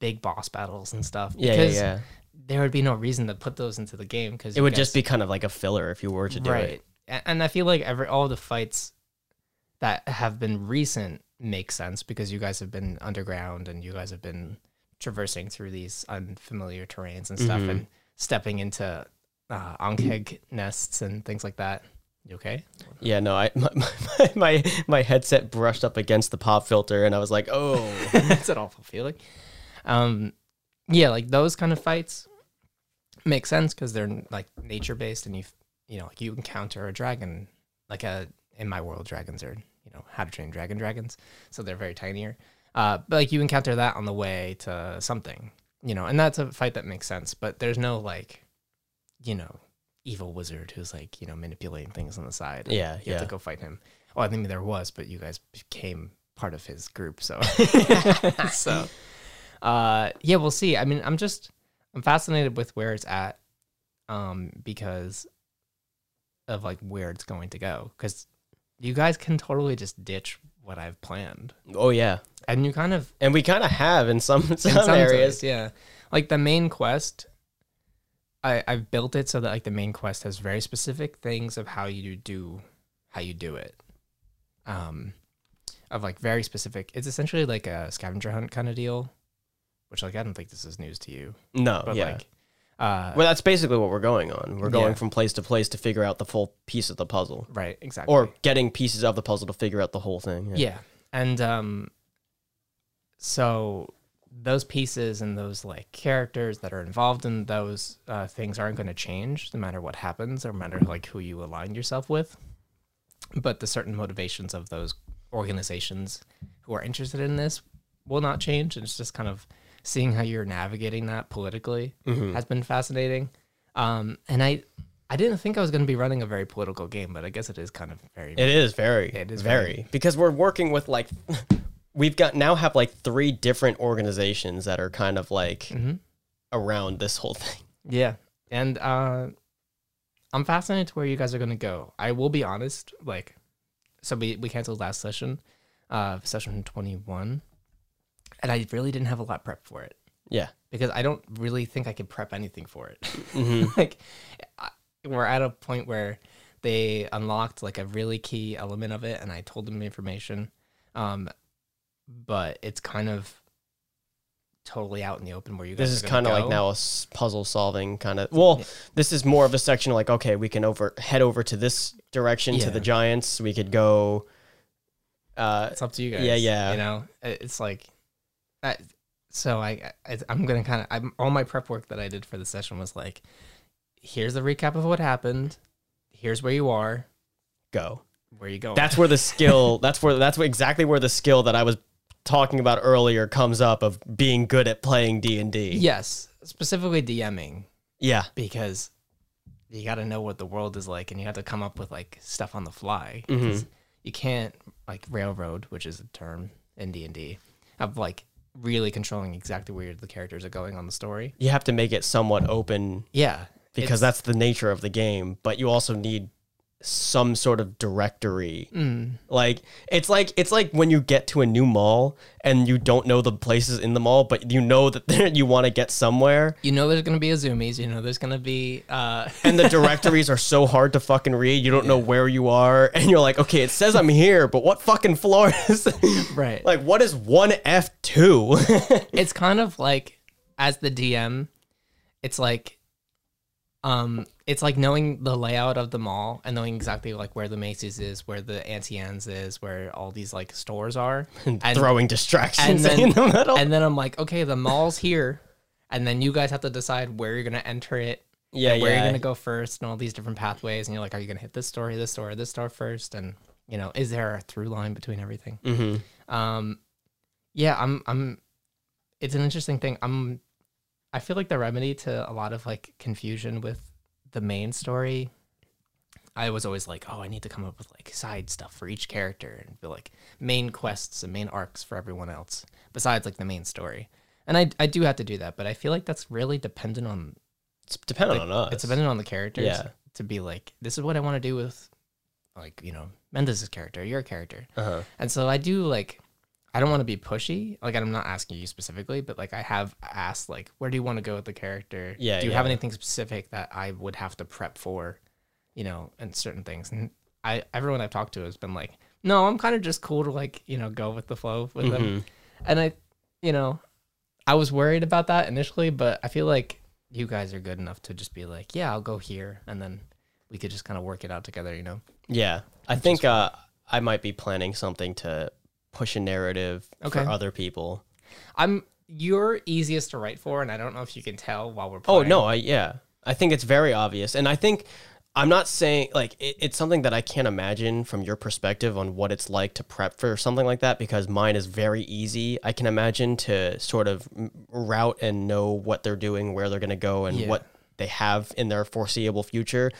Speaker 2: big boss battles and stuff.
Speaker 1: Yeah, yeah,
Speaker 2: because
Speaker 1: yeah.
Speaker 2: There would be no reason to put those into the game because
Speaker 1: It would just be kind of like a filler if you were to do it.
Speaker 2: right. A- And I feel like every all the fights that have been recent make sense because you guys have been underground and you guys have been traversing through these unfamiliar terrains and stuff
Speaker 1: Mhm.
Speaker 2: and stepping into uh, ankeg nests and things like that. You okay?
Speaker 1: Yeah, no, I (laughs) my, my my my headset brushed up against the pop filter, and I was like,
Speaker 2: (laughs)
Speaker 1: oh,
Speaker 2: That's an awful feeling. Um, yeah, like those kind of fights make sense because they're like nature based, and you you know like you encounter a dragon, like a in my world dragons are you know how to train dragon dragons, so they're very tinier. Uh, but like you encounter that on the way to something, you know, and that's a fight that makes sense. But there's no like, you know, evil wizard who's like you know manipulating things on the side.
Speaker 1: yeah,
Speaker 2: You
Speaker 1: yeah.
Speaker 2: have to go fight him. Oh, I mean, there was, but you guys became part of his group, so (laughs) so (laughs) uh, yeah, we'll see. I mean, I'm just I'm fascinated with where it's at, um, because of like where it's going to go. Because you guys can totally just ditch what I've planned,
Speaker 1: Oh yeah,
Speaker 2: and you kind of
Speaker 1: and we kind of have in some some,
Speaker 2: in some
Speaker 1: areas.
Speaker 2: areas, yeah. Like the main quest, I I've built it so that like the main quest has very specific things of how you do how you do it, um, of like very specific. It's essentially like a scavenger hunt kind of deal, which like I don't think this is news to you,
Speaker 1: No,
Speaker 2: but
Speaker 1: Oh, yeah.
Speaker 2: like, uh,
Speaker 1: well, that's basically what we're going on. We're going
Speaker 2: Yeah.
Speaker 1: from place to place to figure out the full piece of the puzzle,
Speaker 2: right, exactly,
Speaker 1: or getting pieces of the puzzle to figure out the whole thing.
Speaker 2: yeah. and um so those pieces and those like characters that are involved in those uh, things aren't going to change no matter what happens or no matter like who you align yourself with but the certain motivations of those organizations who are interested in this will not change and it's just kind of seeing how you're navigating that politically has been fascinating um, and i i didn't think i was going to be running a very political game but i guess it is kind of very
Speaker 1: It is very.
Speaker 2: It is
Speaker 1: very. Because we're working with like (laughs) we've got now have like three different organizations that are kind of like
Speaker 2: Mhm.
Speaker 1: around this whole thing. (laughs)
Speaker 2: Yeah, and uh, I'm fascinated to where you guys are gonna go. I will be honest, like, so we we canceled last session, uh, session 21, and I really didn't have a lot prep for it
Speaker 1: Yeah.
Speaker 2: because I don't really think I could prep anything for it.
Speaker 1: hmm
Speaker 2: (laughs) like, I, we're at a point where they unlocked like a really key element of it, and I told them the information, um, but it's kind of totally out in the open where you guys.
Speaker 1: This is
Speaker 2: are gonna
Speaker 1: kind of like
Speaker 2: go.
Speaker 1: now a s- puzzle solving kind of. Well,
Speaker 2: Yeah.
Speaker 1: this is more of a section like okay, we can over head over to this direction to
Speaker 2: Yeah.
Speaker 1: the giants. We could go. Uh,
Speaker 2: it's up to you guys.
Speaker 1: Yeah, yeah.
Speaker 2: You know, It- it's like, I, so I, I I'm gonna kind of I'm all my prep work that I did for the session was like, here's the recap of what happened, here's where you are, (laughs)
Speaker 1: go.
Speaker 2: where you going.
Speaker 1: That's where the skill. that's where that's where, exactly where the skill that I was talking about earlier comes up of being good at playing D and D.
Speaker 2: yes, specifically DMing
Speaker 1: Yeah.
Speaker 2: because you got to know what the world is like and you have to come up with like stuff on the fly.
Speaker 1: Mhm.
Speaker 2: 'Cause You can't like railroad, which is a term in D and D, of like really controlling exactly where the characters are going on the story.
Speaker 1: You have to make it somewhat open
Speaker 2: Yeah,
Speaker 1: because
Speaker 2: it's-
Speaker 1: that's the nature of the game, but you also need some sort of directory.
Speaker 2: Mm.
Speaker 1: Like it's like it's like when you get to a new mall and you don't know the places in the mall, but you know that (laughs) there, you want to get somewhere,
Speaker 2: You know there's gonna be a zoomies. You know there's gonna be uh,
Speaker 1: and the directories are so hard to fucking read. You don't know where you are, (laughs) and you're like, okay, it says I'm here, but what fucking floor is? (laughs)
Speaker 2: right.
Speaker 1: like, what is one F two?
Speaker 2: (laughs)
Speaker 1: (laughs)
Speaker 2: It's kind of like as the DM, it's like um, it's like knowing the layout of the mall and knowing exactly like where the Macy's is, where the Auntie Anne's is, where all these like
Speaker 1: (laughs)
Speaker 2: stores are, and
Speaker 1: Throwing distractions
Speaker 2: and
Speaker 1: (laughs)
Speaker 2: then-
Speaker 1: in the middle.
Speaker 2: and then I'm like, okay, the mall's here, and then you guys have to decide where you're gonna enter it.
Speaker 1: yeah,
Speaker 2: where you're
Speaker 1: yeah.
Speaker 2: gonna go first and all these different pathways and you're like are you gonna hit this story this story this store first and you know is there a through line between everything
Speaker 1: Mhm.
Speaker 2: um yeah i'm i'm it's an interesting thing i'm i feel like the remedy to a lot of like confusion with the main story i was always like oh i need to come up with like side stuff for each character and be like main quests and main arcs for everyone else besides like the main story and I, I do have to do that but i feel like that's really dependent on
Speaker 1: It's dependent
Speaker 2: like,
Speaker 1: on us.
Speaker 2: it's dependent on the characters
Speaker 1: Yeah.
Speaker 2: to be like, this is what I want to do with, like, you know, Mendez's character, your character.
Speaker 1: Uh-huh.
Speaker 2: And so I do like, I don't want to be pushy. Like, I'm not asking you specifically, but like, I have asked, like, where do you want to go with the character?
Speaker 1: Yeah,
Speaker 2: Do you have
Speaker 1: yeah.
Speaker 2: anything specific that I would have to prep for, you know, and certain things? And I, everyone I've talked to has been like, no, I'm kind of just cool to like, you know, go with the flow with
Speaker 1: Mm-hmm.
Speaker 2: them. And I, you know, I was worried about that initially, but I feel like you guys are good enough to just be like, yeah, I'll go here, and then we could just kind of work it out together, you know?
Speaker 1: Yeah, I think uh, I might be planning something to push a narrative
Speaker 2: Okay.
Speaker 1: for other people.
Speaker 2: I'm you're easiest to write for, and I don't know if you can tell while we're
Speaker 1: Oh
Speaker 2: playing.
Speaker 1: no, I yeah, I think it's very obvious, and I think I'm not saying like it, it's something that I can't imagine from your perspective on what it's like to prep for something like that because mine is very easy. I can imagine to sort of m- route and know what they're doing, where they're going to go, and
Speaker 2: Yeah.
Speaker 1: what they have in their foreseeable future.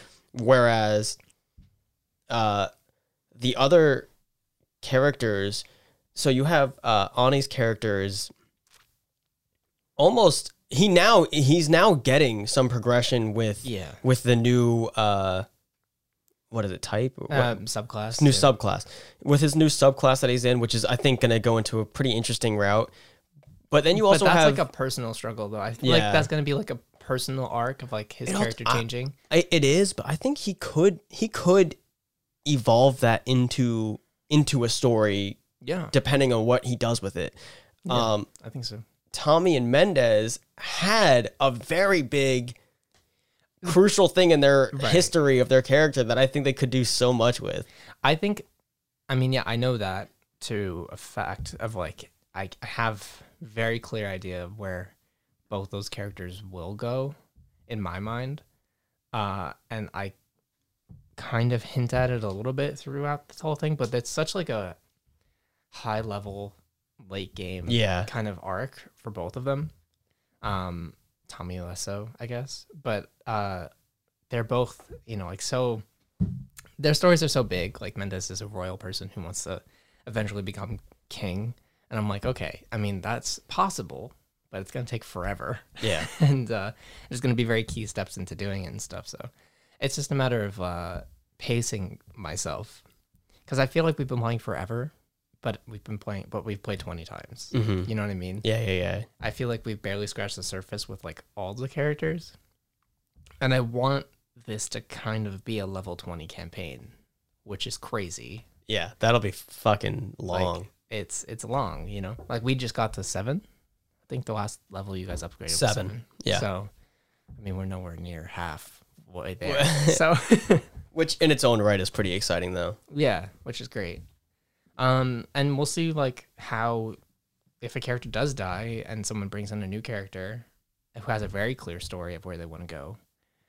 Speaker 1: Whereas uh, the other characters. So you have uh, Ani's character is almost he now he's now getting some progression with
Speaker 2: Yeah.
Speaker 1: with the new uh what is it type What-
Speaker 2: Um, subclass.
Speaker 1: new
Speaker 2: yeah.
Speaker 1: subclass with his new subclass that he's in, which is I think going to go into a pretty interesting route. But then you
Speaker 2: But
Speaker 1: also
Speaker 2: that's
Speaker 1: have
Speaker 2: like a personal struggle, though. I feel like
Speaker 1: Yeah.
Speaker 2: that's gonna be like a personal arc of like his
Speaker 1: It also-
Speaker 2: character
Speaker 1: I-
Speaker 2: changing.
Speaker 1: I, it is, but I think he could he could evolve that into into a story
Speaker 2: yeah,
Speaker 1: depending on what he does with it. Um,
Speaker 2: I think so.
Speaker 1: Tommy and Mendez had a very big crucial thing in their
Speaker 2: Right.
Speaker 1: history of their character that I think they could do so much with.
Speaker 2: I think, I mean, yeah, I know that to a fact of like I I have very clear idea of where both those characters will go in my mind, uh, and I kind of hint at it a little bit throughout this whole thing, but it's such like a high level late game
Speaker 1: Yeah.
Speaker 2: kind of arc for both of them. Um, Tommy Lesso, I guess, but uh, they're both you know like so. Their stories are so big. Like Mendez is a royal person who wants to eventually become king, and And I'm like, okay, I mean, that's possible, but it's going to take forever. (laughs)
Speaker 1: Yeah.
Speaker 2: and uh, there's going to be very key steps into doing it and stuff. So it's just a matter of uh, pacing myself because I feel like we've been playing forever, but we've been playing, but we've played 20 times.
Speaker 1: Mhm.
Speaker 2: You know what I mean?
Speaker 1: Yeah, yeah, yeah.
Speaker 2: I feel like we've barely scratched the surface with like all the characters. And I want this to kind of be a level 20 campaign, which is crazy.
Speaker 1: Yeah, that'll be fucking long.
Speaker 2: Like it's it's long, you know. Like we just got to 7. I think the last level you guys upgraded was
Speaker 1: Seven,
Speaker 2: 7.
Speaker 1: yeah.
Speaker 2: So I mean, we're nowhere near half
Speaker 1: (laughs)
Speaker 2: way there. so
Speaker 1: Which in its own right is pretty exciting though.
Speaker 2: Yeah, which is great. Um, and we'll see like how if a character does die and someone brings in a new character who has a very clear story of where they want to go,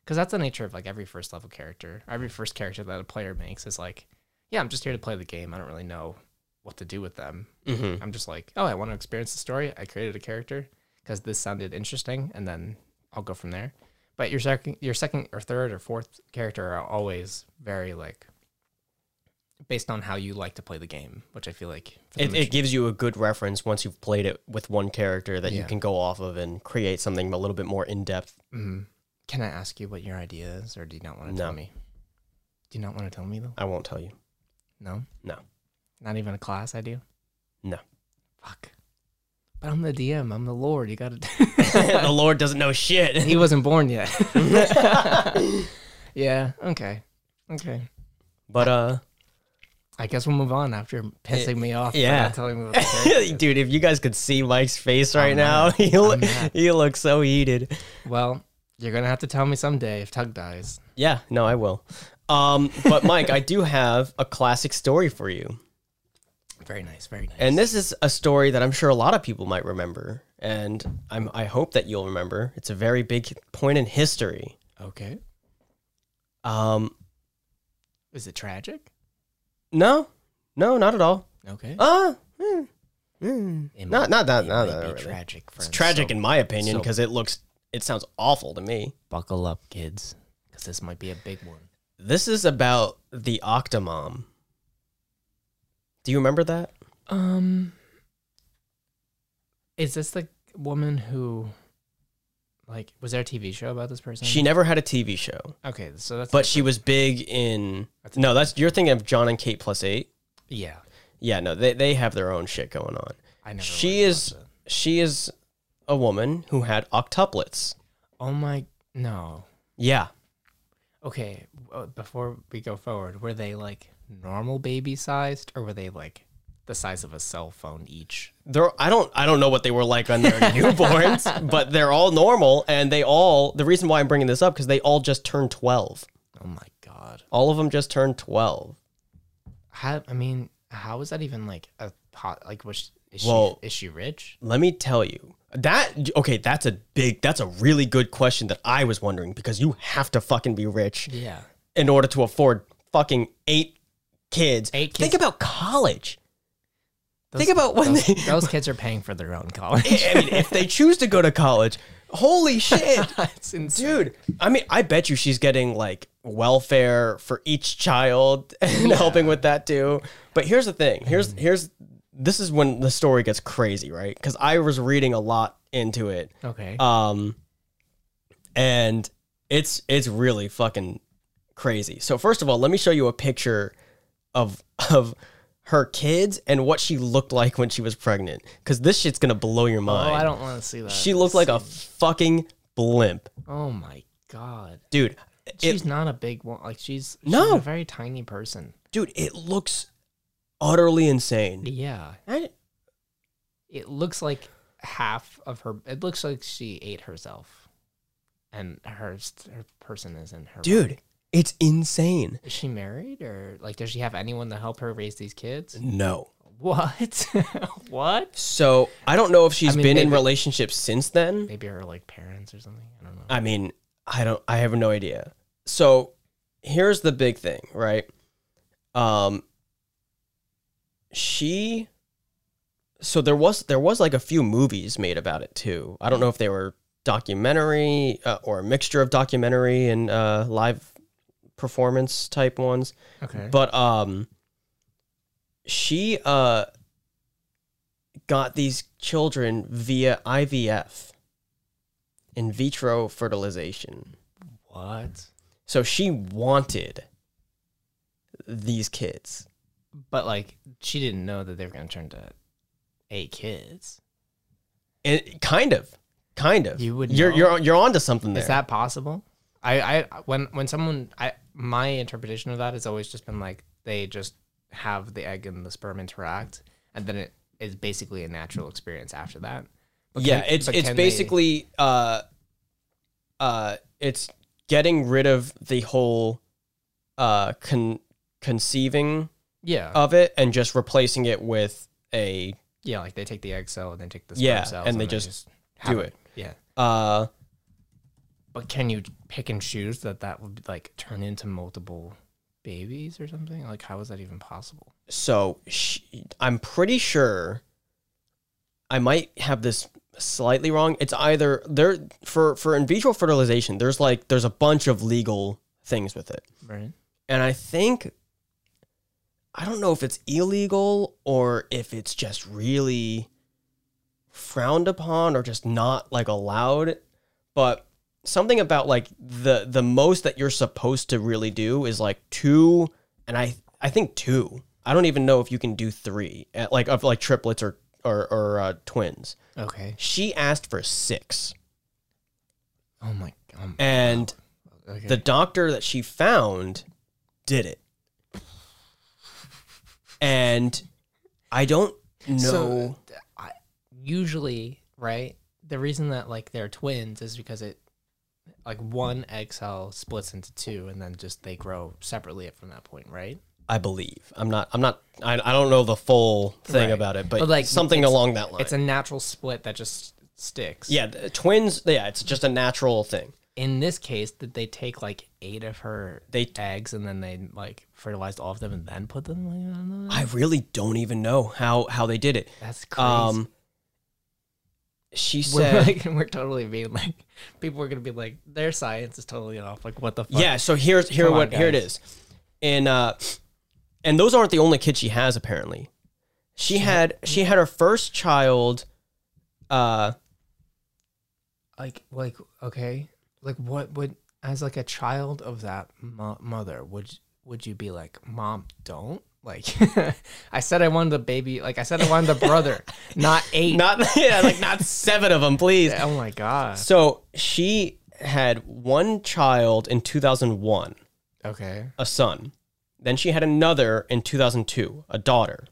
Speaker 2: because that's the nature of like every first level character, every first character that a player makes is like, yeah, I'm just here to play the game. I don't really know what to do with them.
Speaker 1: Mm-hmm.
Speaker 2: I'm just like, oh, I want to experience the story. I created a character because this sounded interesting, and then I'll go from there. But your second, your second or third or fourth character are always very like based on how you like to play the game, which I feel like for the
Speaker 1: It, it gives you a good reference once you've played it with one character that you
Speaker 2: Yeah.
Speaker 1: can go off of and create something a little bit more in depth.
Speaker 2: ma- Mhm. Can I ask you what your idea is, or do you not want to tell
Speaker 1: No.
Speaker 2: me? Do you not want to tell me though?
Speaker 1: I won't tell you.
Speaker 2: No.
Speaker 1: No.
Speaker 2: Not even a class I do. (laughs)
Speaker 1: No. (laughs)
Speaker 2: Fuck. But I'm the DM. I'm the Lord.
Speaker 1: (laughs)
Speaker 2: You gotta. (laughs)
Speaker 1: the Lord doesn't know shit.
Speaker 2: he wasn't born
Speaker 1: (laughs)
Speaker 2: yet. (laughs) yeah. Okay. Okay.
Speaker 1: But uh,
Speaker 2: I guess we'll move on after pissing me off. for
Speaker 1: yeah.
Speaker 2: Not telling me what to
Speaker 1: (laughs)
Speaker 2: say.
Speaker 1: dude, if you guys could see Mike's face right
Speaker 2: I'm
Speaker 1: now, (laughs)
Speaker 2: mad.
Speaker 1: he lo-
Speaker 2: Oh, I'm mad.
Speaker 1: he looks so heated.
Speaker 2: well, you're gonna have to tell me someday if Tug dies.
Speaker 1: Yeah, no, I will. Um, but Mike, I do have a classic story for you.
Speaker 2: Very nice. Very nice.
Speaker 1: And this is a story that I'm sure a lot of people might remember, and I'm I hope that you'll remember. It's a very big point in history.
Speaker 2: okay.
Speaker 1: Um,
Speaker 2: Is it tragic?
Speaker 1: no, no, not at all.
Speaker 2: Okay.
Speaker 1: Uh, hmm.
Speaker 2: It
Speaker 1: not not that
Speaker 2: might-
Speaker 1: not
Speaker 2: it
Speaker 1: that
Speaker 2: might be
Speaker 1: really.
Speaker 2: tragic. For
Speaker 1: It's tragic in my opinion
Speaker 2: so-
Speaker 1: because it looks it sounds awful to me.
Speaker 2: buckle up, kids, because this might be a big one.
Speaker 1: This is about the Octomom. Do you remember that?
Speaker 2: Um, is this the woman who, like, was there a TV show about this person?
Speaker 1: She never had a TV show,
Speaker 2: Okay, so that's
Speaker 1: but she was big in. No, that's you're thinking of John and Kate plus eight.
Speaker 2: yeah.
Speaker 1: Yeah, no, they they have their own shit going on.
Speaker 2: I never.
Speaker 1: She
Speaker 2: really
Speaker 1: is-
Speaker 2: watched it.
Speaker 1: She is a woman who had octuplets.
Speaker 2: Oh my no.
Speaker 1: Yeah,
Speaker 2: Okay, uh, before we go forward, were they like normal baby sized, or were they like the size of a cell phone each?
Speaker 1: they're I don't I don't know what they were like on their newborns, but they're all normal and they all. The reason why I'm bringing this up because they all just turned twelve.
Speaker 2: Oh my god.
Speaker 1: All of them just turned twelve.
Speaker 2: How? I mean, how is that even like a pot? Like, was she, is she
Speaker 1: Well-
Speaker 2: is she rich?
Speaker 1: Let me tell you. That okay, that's a big that's a really good question that I was wondering because you have to fucking be rich
Speaker 2: Yeah.
Speaker 1: in order to afford fucking eight kids.
Speaker 2: Eight
Speaker 1: Think
Speaker 2: kids.
Speaker 1: about college.
Speaker 2: Those-
Speaker 1: Think about when
Speaker 2: those,
Speaker 1: they
Speaker 2: those kids are paying for their
Speaker 1: (laughs)
Speaker 2: own college. (laughs)
Speaker 1: I mean if they choose to go to college. Holy shit.
Speaker 2: it's insane.
Speaker 1: Dude, I mean, I bet you she's getting like welfare for each child (laughs) and helping with that too. But here's the thing. Here's here's this is when the story gets crazy, right? Cuz I was reading a lot into it.
Speaker 2: Okay.
Speaker 1: Um and it's it's really fucking crazy. So first of all, let me show you a picture of (laughs) of her kids and what she looked like when she was pregnant cuz this shit's going to blow your
Speaker 2: oh,
Speaker 1: mind.
Speaker 2: I don't want to see that.
Speaker 1: she looked like a fucking blimp.
Speaker 2: Oh my god.
Speaker 1: Dude, it
Speaker 2: She's not a big one. Like she's she's
Speaker 1: No.
Speaker 2: a very tiny person.
Speaker 1: dude, it looks utterly insane.
Speaker 2: Yeah.
Speaker 1: I-
Speaker 2: It looks like half of her. It looks like she ate herself, and her her person is in her.
Speaker 1: dude, it's insane.
Speaker 2: is she married or like does she have anyone to help her raise these kids?
Speaker 1: No.
Speaker 2: What? (laughs) what?
Speaker 1: So I don't know if she's
Speaker 2: I mean,
Speaker 1: been in
Speaker 2: maybe-
Speaker 1: relationships since then.
Speaker 2: Maybe her like parents or something. I don't know.
Speaker 1: I mean, I don't I have no idea. So here's the big thing, right? Um she so there was there was like a few movies made about it too. I don't know if they were documentary uh, or a mixture of documentary and uh, live performance type ones.
Speaker 2: okay.
Speaker 1: But um she uh got these children via IVF, in vitro fertilization.
Speaker 2: What?
Speaker 1: So she wanted these kids.
Speaker 2: But like, she didn't know that they were gonna turn to eight kids.
Speaker 1: It, kind of, kind of.
Speaker 2: You would
Speaker 1: You're
Speaker 2: know.
Speaker 1: you're you're onto something there.
Speaker 2: Is that possible? I, I when when someone I my interpretation of that has always just been like they just have the egg and the sperm interact, and then it is basically a natural experience after that. But
Speaker 1: yeah,
Speaker 2: can-
Speaker 1: it's
Speaker 2: but
Speaker 1: it's
Speaker 2: can they-
Speaker 1: basically uh uh it's getting rid of the whole uh con- conceiving
Speaker 2: yeah
Speaker 1: of it and just replacing it with a
Speaker 2: yeah like they take the egg cell and they take the sperm
Speaker 1: Yeah,
Speaker 2: cells
Speaker 1: and they just
Speaker 2: have
Speaker 1: do it.
Speaker 2: yeah.
Speaker 1: uh
Speaker 2: But can you pick and choose that that would like turn into multiple babies or something? Like how is that even possible?
Speaker 1: so sh I'm pretty sure I might have this slightly wrong. It's either there for for in vitro fertilization. There's like there's a bunch of legal things with it,
Speaker 2: Right.
Speaker 1: and I think I don't know if it's illegal or if it's just really frowned upon or just not like allowed. But something about like the the most that you're supposed to really do is like two, and I I think two. I don't even know if you can do three, eh, like of like triplets or or, or uh, twins.
Speaker 2: Okay.
Speaker 1: She asked for six,
Speaker 2: Oh my. Um,
Speaker 1: and
Speaker 2: okay.
Speaker 1: the doctor that she found did it. And I don't know.
Speaker 2: So, I, usually, right? The reason that like they're twins is because it, like one egg cell splits into two, and then just they grow separately from that point, right?
Speaker 1: I believe. I'm not I'm not I, I don't know the full thing
Speaker 2: Right.
Speaker 1: about it, but,
Speaker 2: But, like,
Speaker 1: something
Speaker 2: it's-
Speaker 1: along that line.
Speaker 2: It's a natural split that just sticks.
Speaker 1: yeah, the twins, yeah, it's just a natural thing.
Speaker 2: In this case, did they take like eight of her
Speaker 1: They-
Speaker 2: eggs and then they like fertilized all of them and then put them? Like, I don't know.
Speaker 1: I really don't even know how how they did it.
Speaker 2: That's crazy. (laughs)
Speaker 1: Um she
Speaker 2: we're,
Speaker 1: said
Speaker 2: like, we're totally being like people are gonna be like their science is totally off. Like what the fuck?
Speaker 1: Yeah, so here's here
Speaker 2: Come on,
Speaker 1: what here it
Speaker 2: guys.
Speaker 1: is. And uh and those aren't the only kids she has apparently. She had she had her first child uh
Speaker 2: like like okay like what would as like a child of that mo- mother would would you be like mom don't like (laughs) i said i wanted a baby like i said i wanted
Speaker 1: (laughs)
Speaker 2: a brother not eight
Speaker 1: not (laughs) yeah, like not seven of them, please.
Speaker 2: (laughs) oh my god
Speaker 1: So she had one child in 2001,
Speaker 2: okay
Speaker 1: a son. Then she had another in 2002, a daughter.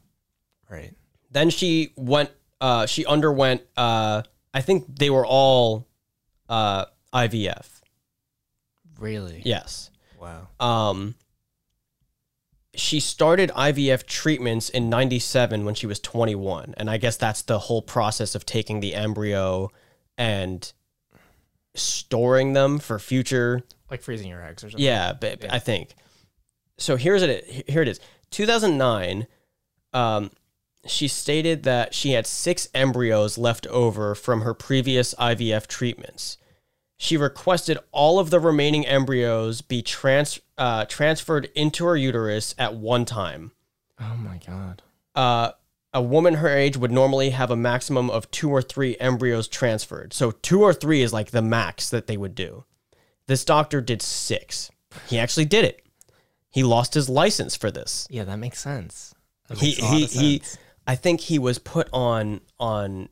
Speaker 2: right
Speaker 1: Then she went uh she underwent uh I think they were all uh IVF.
Speaker 2: really
Speaker 1: Yes.
Speaker 2: wow
Speaker 1: um, she started IVF treatments in 97 when she was 21. And I guess that's the whole process of taking the embryo and storing them for future.
Speaker 2: like freezing your eggs or something
Speaker 1: Yeah, but I think. So here's it. Here it is. 2009, um, she stated that she had six embryos left over from her previous IVF treatments. She requested all of the remaining embryos be trans- uh, transferred into her uterus at one time.
Speaker 2: oh my god
Speaker 1: Uh, a woman her age would normally have a maximum of two or three embryos transferred. So two or three is like the max that they would do. This doctor did six. He actually did it. He lost his license for this.
Speaker 2: yeah that makes sense That
Speaker 1: He
Speaker 2: makes a lot
Speaker 1: he
Speaker 2: of
Speaker 1: he.
Speaker 2: sense.
Speaker 1: I think he was put on on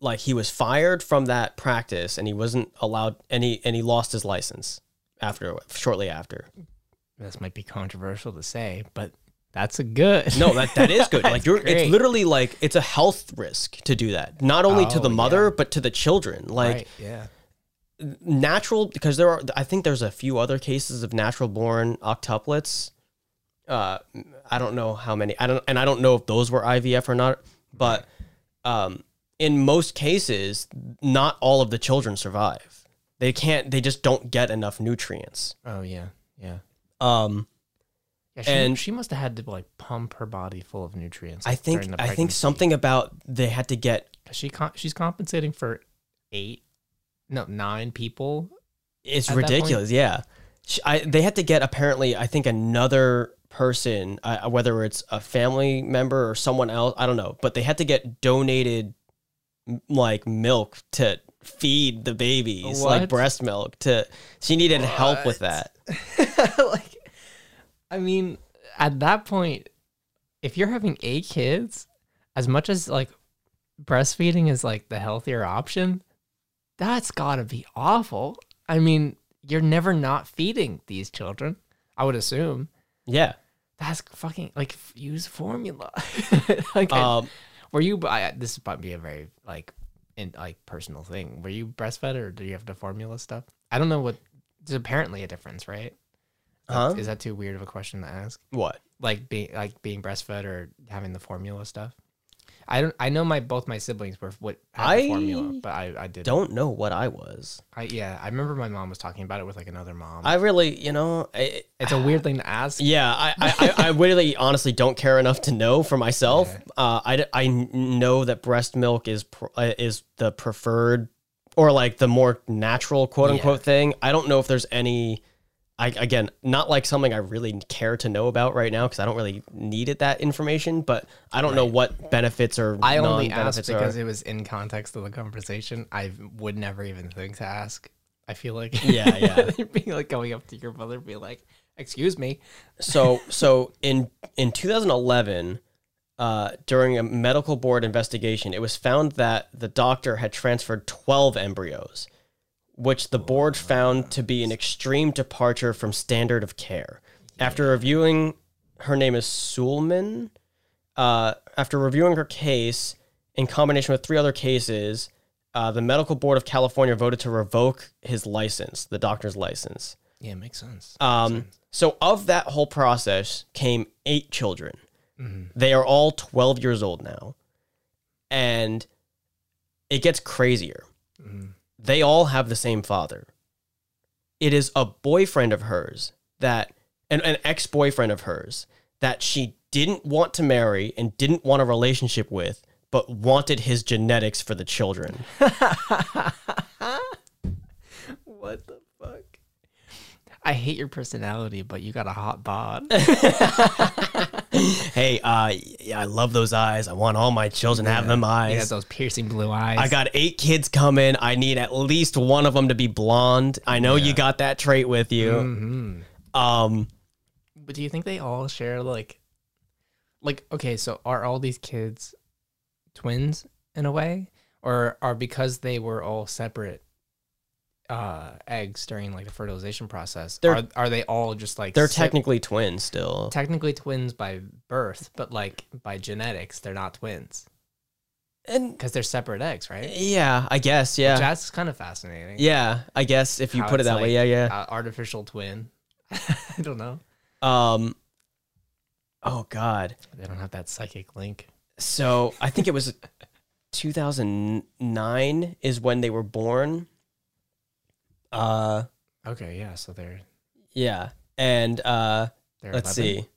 Speaker 1: like he was fired from that practice and he wasn't allowed any and he lost his license after shortly after.
Speaker 2: this might be controversial to say but that's a good
Speaker 1: No, that that is
Speaker 2: (laughs)
Speaker 1: good. like
Speaker 2: That's
Speaker 1: you're,
Speaker 2: great.
Speaker 1: it's literally like it's a health risk to do that. Not only to
Speaker 2: Oh,
Speaker 1: the mother
Speaker 2: yeah.
Speaker 1: but to the children. Like
Speaker 2: (laughs) Right, yeah
Speaker 1: natural because there are. I think there's a few other cases of natural born octuplets. Uh, I don't know how many. I don't and I don't know if those were IVF or not. But um, in most cases, not all of the children survive. They can't. They just don't get enough nutrients.
Speaker 2: oh yeah yeah
Speaker 1: Um,
Speaker 2: Yeah, she,
Speaker 1: And-
Speaker 2: she must have had to like pump her body full of nutrients.
Speaker 1: I
Speaker 2: like,
Speaker 1: think
Speaker 2: during the
Speaker 1: I think
Speaker 2: pregnancy.
Speaker 1: something about they had to get
Speaker 2: 'Cause she con- she's compensating for eight, no nine people.
Speaker 1: (laughs) It's
Speaker 2: at that point?
Speaker 1: ridiculous. Yeah, she, I, they had to get apparently I think another person, uh, whether it's a family member or someone else, I don't know, but they had to get donated m- like milk to feed the babies, like
Speaker 2: What?
Speaker 1: breast milk. To she needed help with that.
Speaker 2: like, I mean, at that point, if you're having eight kids, as much as like breastfeeding is like the healthier option, that's gotta be awful. I mean, you're never not feeding these children, I would assume.
Speaker 1: Yeah.
Speaker 2: That's fucking like f- use formula. (laughs) like, I-
Speaker 1: Um,
Speaker 2: were you? I, I- this might be a very like, in, like personal thing. Were you breastfed or do you have the formula stuff? I don't know what. There's apparently a difference, right?
Speaker 1: huh?
Speaker 2: Is that too weird of a question to ask?
Speaker 1: What?
Speaker 2: Like being like being breastfed or having the formula stuff. I don't. I know my both my siblings were what had the
Speaker 1: I
Speaker 2: formula, but I I did.
Speaker 1: Don't know what I was.
Speaker 2: I, yeah, I remember my mom was talking about it with like another mom.
Speaker 1: I really, you know, I,
Speaker 2: it's a weird thing to ask.
Speaker 1: Yeah, I, I, I I really honestly don't care enough to know for myself. Uh, I, d- I know that breast milk is pr- uh, is the preferred or like the more natural quote unquote thing. I don't know if there's any. I, again, not like something I really care to know about right now because I don't really needed that information. But I don't know what benefits or
Speaker 2: I only asked
Speaker 1: non-benefits are.
Speaker 2: because it was in context of the conversation. I would never even think to ask. I feel like
Speaker 1: Yeah,
Speaker 2: (laughs)
Speaker 1: yeah.
Speaker 2: being like going up to your mother, be like, "Excuse me."
Speaker 1: so so in in 2011 uh, during a medical board investigation it was found that the doctor had transferred 12 embryos which the board found to be an extreme departure from standard of care after reviewing her name is Sulman uh, after reviewing her case in combination with three other cases uh, the medical board of california voted to revoke his license the doctor's license
Speaker 2: Yeah, makes sense.
Speaker 1: um, so of that whole process came eight children. They are all 12 years old now. And it gets crazier. They all have the same father. It is a boyfriend of hers that, and an ex boyfriend of hers that she didn't want to marry and didn't want a relationship with, but wanted his genetics for the children.
Speaker 2: what the fuck? I hate your personality, but you got a
Speaker 1: (laughs)
Speaker 2: hot bod.
Speaker 1: hey, uh, yeah, I love those eyes. I want all my children to have them eyes.
Speaker 2: you got those piercing blue eyes.
Speaker 1: I got eight kids coming. I need at least one of them to be blonde. I know you got that trait with you.
Speaker 2: Mm.
Speaker 1: Um,
Speaker 2: But do you think they all share like, like okay, so are all these kids twins in a way, or are because they were all separate uh eggs during like the fertilization process?
Speaker 1: They're-
Speaker 2: are are they all just like
Speaker 1: they're
Speaker 2: sep-
Speaker 1: technically twins still.
Speaker 2: technically twins by birth, but like by genetics, they're not twins
Speaker 1: and
Speaker 2: because they're separate eggs, right?
Speaker 1: yeah, I guess. Yeah,
Speaker 2: That's kind of fascinating.
Speaker 1: yeah, I guess if you
Speaker 2: How
Speaker 1: put it
Speaker 2: it's
Speaker 1: that way. Yeah,
Speaker 2: like,
Speaker 1: yeah.
Speaker 2: Uh, artificial twin. (laughs) I don't know.
Speaker 1: Um, oh God.
Speaker 2: They don't have that psychic link.
Speaker 1: So I think it was (laughs) 2009 is when they were born. Uh,
Speaker 2: Okay, yeah. So they're
Speaker 1: yeah, and uh,
Speaker 2: they're
Speaker 1: let's
Speaker 2: 11?
Speaker 1: see.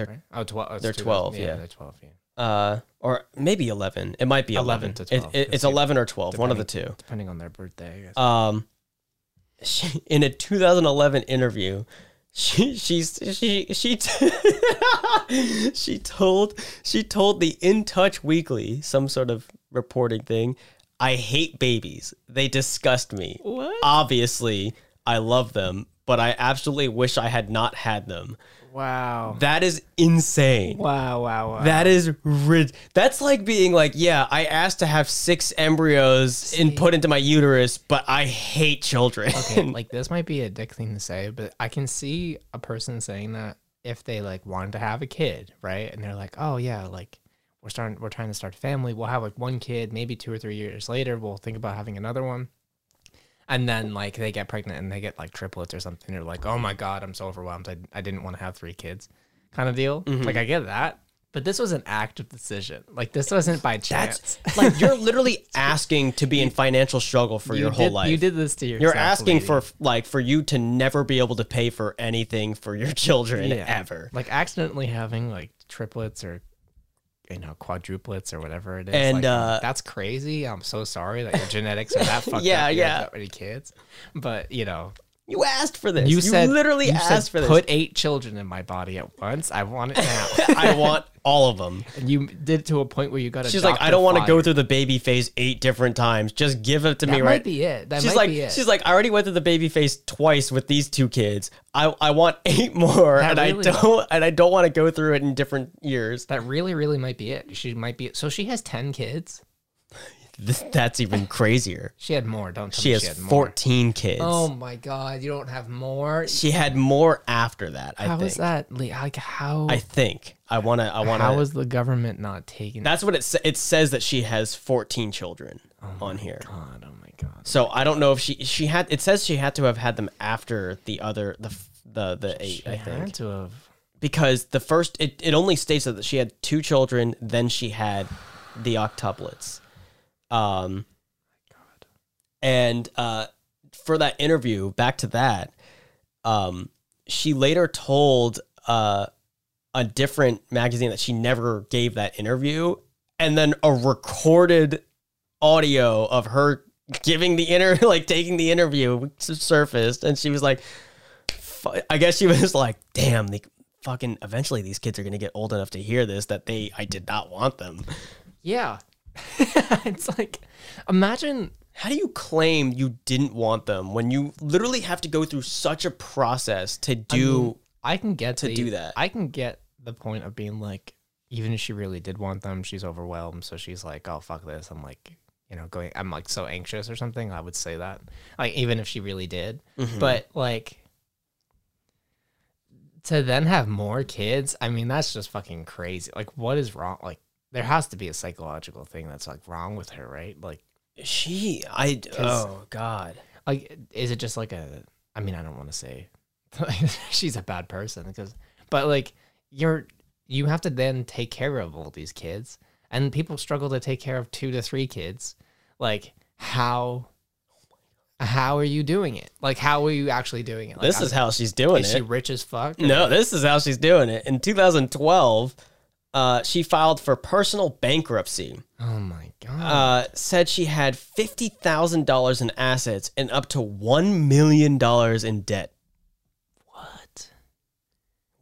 Speaker 2: Right? Oh, 12. oh, it's
Speaker 1: They're
Speaker 2: two-
Speaker 1: 12, yeah.
Speaker 2: They're 12, yeah.
Speaker 1: Uh, or maybe 11. It might be 11.
Speaker 2: 11 to
Speaker 1: It-
Speaker 2: 12,
Speaker 1: it-
Speaker 2: because
Speaker 1: it's
Speaker 2: you-
Speaker 1: 11 or 12, one of the two.
Speaker 2: Depending on their birthday, I guess.
Speaker 1: Um, she, in a 2011 interview, she she's she she t- (laughs) she told she told the In Touch Weekly, some sort of reporting thing, I hate babies. They disgust me.
Speaker 2: What?
Speaker 1: Obviously, I love them, but I absolutely wish I had not had them.
Speaker 2: wow.
Speaker 1: That is insane.
Speaker 2: Wow, wow, wow.
Speaker 1: That is rich. That's like being like, yeah, I asked to have six embryos and put into my uterus, but I hate children. (laughs)
Speaker 2: okay, like this might be a dick thing to say, but I can see a person saying that if they like wanted to have a kid, right? And they're like, "Oh yeah, like we're starting we're trying to start a family. We'll have like one kid, maybe 2 or 3 years later we'll think about having another one." And then like they get pregnant and they get like triplets or something. They're like, "Oh my god, I'm so overwhelmed. I, I didn't want to have 3 kids." Kind of deal.
Speaker 1: Mm-hmm.
Speaker 2: Like I get that. But this was an active decision. Like this wasn't by chance.
Speaker 1: That's like you're
Speaker 2: (laughs)
Speaker 1: literally asking to be in financial struggle for your
Speaker 2: you
Speaker 1: whole
Speaker 2: did,
Speaker 1: life.
Speaker 2: You did this to yourself.
Speaker 1: You're asking
Speaker 2: lady.
Speaker 1: for like for you to never be able to pay for anything for your children
Speaker 2: Yeah.
Speaker 1: ever.
Speaker 2: like accidentally having like triplets or you know quadruplets or whatever it is
Speaker 1: And,
Speaker 2: like,
Speaker 1: uh,
Speaker 2: that's
Speaker 1: (laughs)
Speaker 2: crazy i'm so sorry that your genetics are that fucked
Speaker 1: Yeah,
Speaker 2: up you have
Speaker 1: yeah.
Speaker 2: that many kids but you know
Speaker 1: You asked for this.
Speaker 2: You, said
Speaker 1: literally
Speaker 2: you said,
Speaker 1: asked for this.
Speaker 2: Put eight children in my body at once. I want it now.
Speaker 1: (laughs) I want all of
Speaker 2: (laughs)
Speaker 1: them.
Speaker 2: and you did it to a point where you got. A
Speaker 1: She's like, I don't want to go through the baby phase eight different times. Just give it to
Speaker 2: That
Speaker 1: me
Speaker 2: might
Speaker 1: right.
Speaker 2: be it. That
Speaker 1: she's
Speaker 2: might
Speaker 1: like,
Speaker 2: be it.
Speaker 1: she's like, I already went through the baby phase twice with these two kids. I I want (laughs) eight more,
Speaker 2: That
Speaker 1: and
Speaker 2: really-
Speaker 1: I don't and I don't want to go through it in different years.
Speaker 2: that really, really might be it. She might be. So she has ten kids.
Speaker 1: This, that's even crazier.
Speaker 2: She had more. Don't tell
Speaker 1: She
Speaker 2: me
Speaker 1: has
Speaker 2: she had more.
Speaker 1: fourteen kids.
Speaker 2: Oh my god! You don't have more.
Speaker 1: She had more after that. I
Speaker 2: How
Speaker 1: think.
Speaker 2: is that? Lee? Like how?
Speaker 1: I think. I wanna. I wanna.
Speaker 2: how is the government not taking?
Speaker 1: that's what it sa- it says that she has fourteen children on here.
Speaker 2: God, oh my god!
Speaker 1: So I don't know if she she had it says she had to have had them after the other the f- the the eight I
Speaker 2: She had
Speaker 1: think
Speaker 2: to have.
Speaker 1: because the first it, it only states that she had two children then she had the octuplets um and uh for that interview back to that um she later told uh a different magazine that she never gave that interview and then a recorded audio of her giving the inter (laughs) like taking the interview surfaced and she was like fu- I guess she (laughs) was like, damn, the fucking eventually these kids are gonna get old enough to hear this that they I did not want them.
Speaker 2: Yeah, (laughs) it's like imagine
Speaker 1: How do you claim you didn't want them when you literally have to go through such a process to do
Speaker 2: I can get to
Speaker 1: do that.
Speaker 2: I can get the point of being like, even if she really did want them, she's overwhelmed, so she's like, "Oh fuck this!" I'm like, you know, going, I'm like so anxious or something. I would say that, like, even if she really did,
Speaker 1: Mm-hmm.
Speaker 2: but like, to then have more kids, I mean, that's just fucking crazy. Like, what is wrong? Like, there has to be a psychological thing that's like wrong with her, right? Like,
Speaker 1: she I oh god.
Speaker 2: like is it just like a i mean i don't want to say (laughs) she's a bad person because but like you're you have to then take care of all these kids and people struggle to take care of two to three kids like how how are you doing it like how are you actually doing it like,
Speaker 1: This
Speaker 2: I-
Speaker 1: is how she's doing
Speaker 2: is
Speaker 1: it.
Speaker 2: she rich as
Speaker 1: (laughs)
Speaker 2: fuck
Speaker 1: No, this is how she's doing it. In 2012, uh, she filed for personal bankruptcy.
Speaker 2: oh my god
Speaker 1: Uh, said she had fifty thousand dollars in assets and up to one million dollars in debt.
Speaker 2: what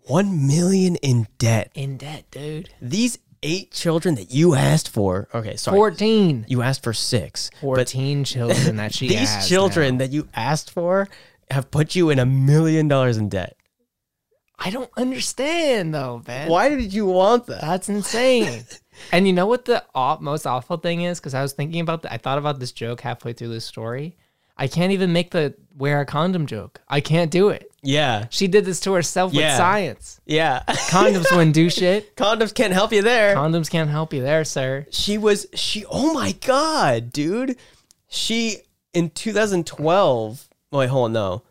Speaker 1: One million in debt.
Speaker 2: in debt dude
Speaker 1: These eight children that you asked for. Okay, sorry.
Speaker 2: 14
Speaker 1: You asked for six.
Speaker 2: 14 children that she
Speaker 1: (laughs) These
Speaker 2: has now.
Speaker 1: children that you asked for have put you in a million dollars in debt.
Speaker 2: i don't understand though man
Speaker 1: Why did you want that?
Speaker 2: That's
Speaker 1: (laughs)
Speaker 2: insane. and you know what the aw- most awful thing is? Because I was thinking about, the, I thought about this joke halfway through this story. I can't even make the wear a condom joke. I can't do it.
Speaker 1: Yeah.
Speaker 2: She did this to herself with
Speaker 1: Yeah.
Speaker 2: science.
Speaker 1: Yeah. (laughs)
Speaker 2: Condoms wouldn't do shit.
Speaker 1: Condoms can't help you there.
Speaker 2: Condoms can't help you there, sir.
Speaker 1: she was she oh my god dude she in 2012 wait hold on no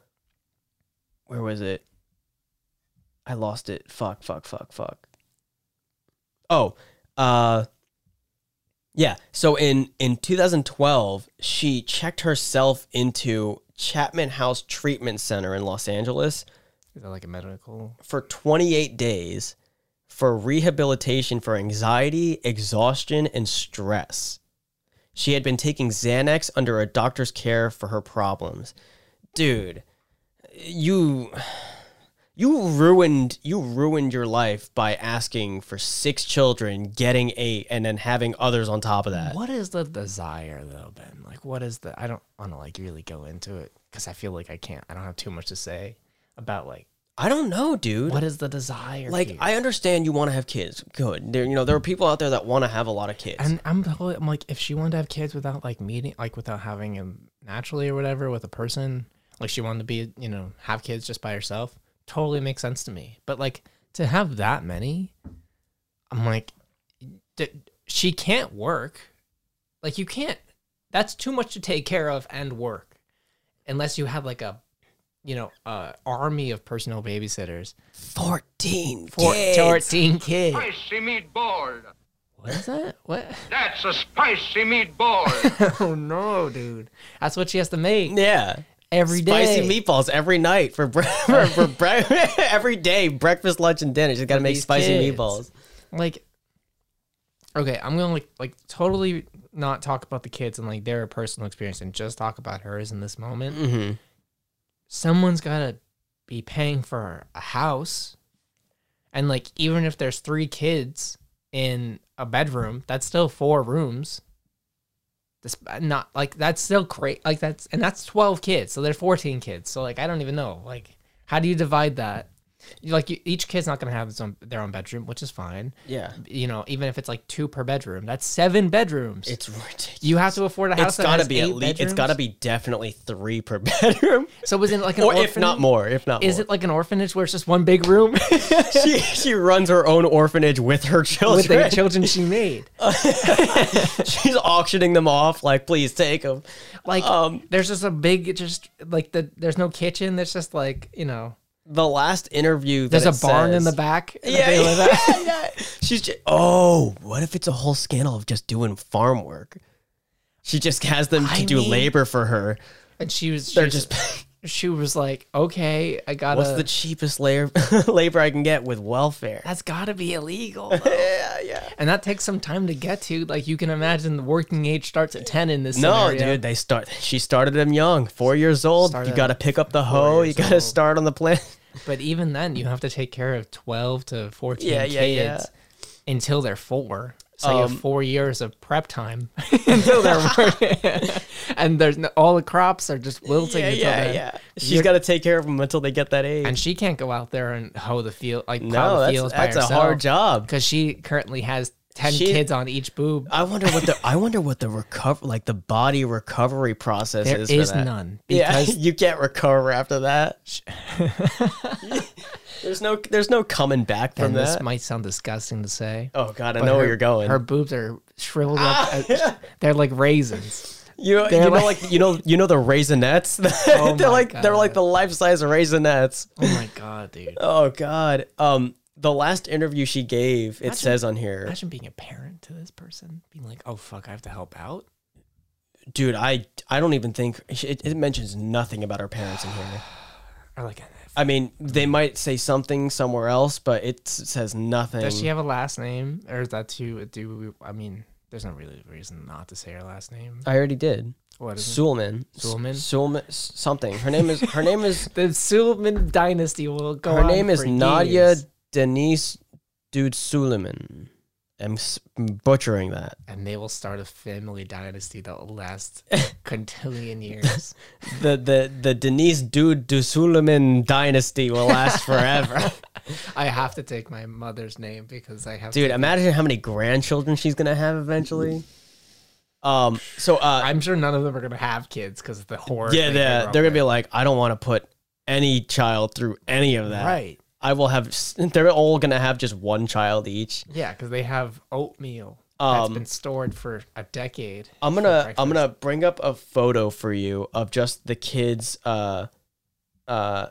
Speaker 1: where was it i lost it fuck fuck fuck fuck oh uh yeah so in in 2012 she checked herself into chapman house treatment center in los angeles
Speaker 2: Is that like a medical?
Speaker 1: for 28 days for rehabilitation for anxiety, exhaustion, and stress. She had been taking Xanax under a doctor's care for her problems. Dude, you you ruined you ruined your life by asking for six children, getting eight, and then having others on top of that.
Speaker 2: What is the desire though, Ben? Like, what is the? I don't want to like really go into it because I feel like I can't. I don't have too much to say about like
Speaker 1: I don't know, dude.
Speaker 2: what is the desire.
Speaker 1: like
Speaker 2: here?
Speaker 1: I understand you want to have kids. Good. There you know, there are people out there that want to have a lot of kids.
Speaker 2: And I'm totally, I'm like, if she wanted to have kids without like meeting, like without having him naturally or whatever with a person, like she wanted to be, you know, have kids just by herself, totally makes sense to me. But like to have that many, I'm like, d- she can't work. Like you can't. That's too much to take care of and work, unless you have like a, you know, a army of personal babysitters.
Speaker 1: 14
Speaker 2: Four-
Speaker 1: kids.
Speaker 2: Fourteen kids.
Speaker 3: Spicy meatball.
Speaker 2: What is that? What?
Speaker 3: That's a spicy meatball.
Speaker 2: (laughs) oh no, dude. That's what she has to make.
Speaker 1: Yeah.
Speaker 2: every day.
Speaker 1: Spicy meatballs every night for bre- (laughs) for, for bre- (laughs) every day breakfast, lunch, and dinner. She's got to make
Speaker 2: these
Speaker 1: spicy
Speaker 2: kids.
Speaker 1: meatballs.
Speaker 2: Like, okay, I'm gonna like like totally not talk about the kids and like their personal experience and just talk about hers in this moment.
Speaker 1: Mm-hmm.
Speaker 2: someone's got to be paying for a house. And like even if there's 3 kids in a bedroom, that's still four rooms. This not like that's still great. Like that's and that's 12 kids. So there's 14 kids. So like I don't even know. Like how do you divide that? You- Like you, each kid's not going to have his own, their own bedroom, which is fine.
Speaker 1: Yeah,
Speaker 2: You know, even if it's like two per bedroom, that's seven bedrooms.
Speaker 1: it's ridiculous.
Speaker 2: you have to afford a house.
Speaker 1: it's gotta
Speaker 2: to
Speaker 1: be at least. It's gotta be definitely three per (laughs) bedroom,
Speaker 2: So is it like an
Speaker 1: or
Speaker 2: orphanage?
Speaker 1: if not more. If not,
Speaker 2: Is
Speaker 1: more.
Speaker 2: it like an orphanage where it's just one big room (laughs)
Speaker 1: (laughs) she she runs her own orphanage with her
Speaker 2: with
Speaker 1: children.
Speaker 2: the children she
Speaker 1: (laughs)
Speaker 2: made?
Speaker 1: Uh, She's auctioning them off. Like, please take them.
Speaker 2: Like,
Speaker 1: Um,
Speaker 2: there's just a big, just like the there's no kitchen. There's just like you know,
Speaker 1: The last interview. that
Speaker 2: there's a
Speaker 1: it
Speaker 2: barn in the
Speaker 1: says-
Speaker 2: back. that
Speaker 1: Yeah,
Speaker 2: they live at.
Speaker 1: yeah, yeah. She's just. Oh, what if it's a whole scandal of just doing farm work? She just has them to
Speaker 2: I
Speaker 1: do
Speaker 2: mean-
Speaker 1: labor for her.
Speaker 2: and she
Speaker 1: (laughs)
Speaker 2: was, she
Speaker 1: They're
Speaker 2: was,
Speaker 1: just.
Speaker 2: she was like, okay, I gotta.
Speaker 1: What's the cheapest labor (laughs) labor I can get with welfare?
Speaker 2: that's gotta be
Speaker 1: (laughs)
Speaker 2: illegal. though.
Speaker 1: Yeah, yeah.
Speaker 2: and that takes some time to get to. Like you can imagine, the working age starts at ten in this.
Speaker 1: No,
Speaker 2: scenario.
Speaker 1: dude, they start. She started him young, four years old.
Speaker 2: Started
Speaker 1: you got to
Speaker 2: him
Speaker 1: pick up the hoe. You
Speaker 2: years
Speaker 1: got to
Speaker 2: old.
Speaker 1: start on the (laughs) plant.
Speaker 2: But even then, you have to take care of 12 to 14
Speaker 1: Yeah,
Speaker 2: kids
Speaker 1: yeah, yeah.
Speaker 2: until they're four. So you
Speaker 1: Um,
Speaker 2: have four years of prep
Speaker 1: (laughs)
Speaker 2: time (laughs) until they're and there's no, all the crops are just wilting.
Speaker 1: Yeah,
Speaker 2: until
Speaker 1: yeah,
Speaker 2: then.
Speaker 1: yeah. She's
Speaker 2: You're-
Speaker 1: got to take care of them until they get that age.
Speaker 2: and she can't go out there and hoe the field like
Speaker 1: no,
Speaker 2: plow the
Speaker 1: that's,
Speaker 2: fields
Speaker 1: that's a hard job.
Speaker 2: because she currently has ten
Speaker 1: She- Oh,
Speaker 2: kids on each boob.
Speaker 1: I wonder what the I wonder what the recover like the body recovery process
Speaker 2: There
Speaker 1: is.
Speaker 2: is,
Speaker 1: for that.
Speaker 2: none
Speaker 1: Yeah, (laughs)
Speaker 2: because
Speaker 1: you can't recover after that.
Speaker 2: (laughs)
Speaker 1: there's no there's no coming back from
Speaker 2: and this
Speaker 1: that.
Speaker 2: might sound disgusting to say.
Speaker 1: oh God, I
Speaker 2: but
Speaker 1: know where
Speaker 2: her-
Speaker 1: you're going.
Speaker 2: Her boobs are shriveled
Speaker 1: (laughs)
Speaker 2: up. uh, They're like raisins.
Speaker 1: You, you
Speaker 2: They're
Speaker 1: know,
Speaker 2: like-
Speaker 1: like you know, you know the raisinettes.
Speaker 2: (laughs)
Speaker 1: (laughs)
Speaker 2: Oh
Speaker 1: they're
Speaker 2: my
Speaker 1: like they're like
Speaker 2: God.
Speaker 1: the life size raisinettes.
Speaker 2: Oh my god, dude!
Speaker 1: Oh God. Um, the last interview she gave, it says on here,
Speaker 2: Imagine being a parent to this person, being like, "Oh fuck, I have to help out."
Speaker 1: dude. I I don't even think it, it mentions nothing about her parents in here.
Speaker 2: Or like,
Speaker 1: I mean, they might say something somewhere else, but it s- says nothing.
Speaker 2: does she have a last name, or is that too? Do we, I mean, there's no really reason not to say her last name.
Speaker 1: I already did.
Speaker 2: What is it?
Speaker 1: Sulman.
Speaker 2: Suleman?
Speaker 1: Sulman. Something. Her name is. Her name is.
Speaker 2: The Suleiman dynasty will (laughs) go.
Speaker 1: her
Speaker 2: on
Speaker 1: name is
Speaker 2: for
Speaker 1: Nadia
Speaker 2: years.
Speaker 1: Denise Dude Suleiman. I'm s- butchering that.
Speaker 2: and they will start a family dynasty that will last quintillion years.
Speaker 1: the the the Denise Dude Du Suleiman dynasty will
Speaker 2: (laughs)
Speaker 1: last forever.
Speaker 2: I have to take my mother's name because I have.
Speaker 1: Dude,
Speaker 2: to,
Speaker 1: imagine how many grandchildren she's gonna have eventually. Um. So, uh,
Speaker 2: I'm sure none of them are gonna have kids because the horror.
Speaker 1: yeah,
Speaker 2: thing
Speaker 1: they're,
Speaker 2: grew up
Speaker 1: they're gonna be
Speaker 2: with.
Speaker 1: like, I don't want to put any child through any of that.
Speaker 2: right.
Speaker 1: I will have. s- They're all gonna have just one child each.
Speaker 2: Yeah, because they have oatmeal
Speaker 1: Um,
Speaker 2: that's been stored for a decade.
Speaker 1: I'm
Speaker 2: for
Speaker 1: gonna I'm
Speaker 2: breakfast.
Speaker 1: gonna bring up a photo for you of just the kids. Uh, uh,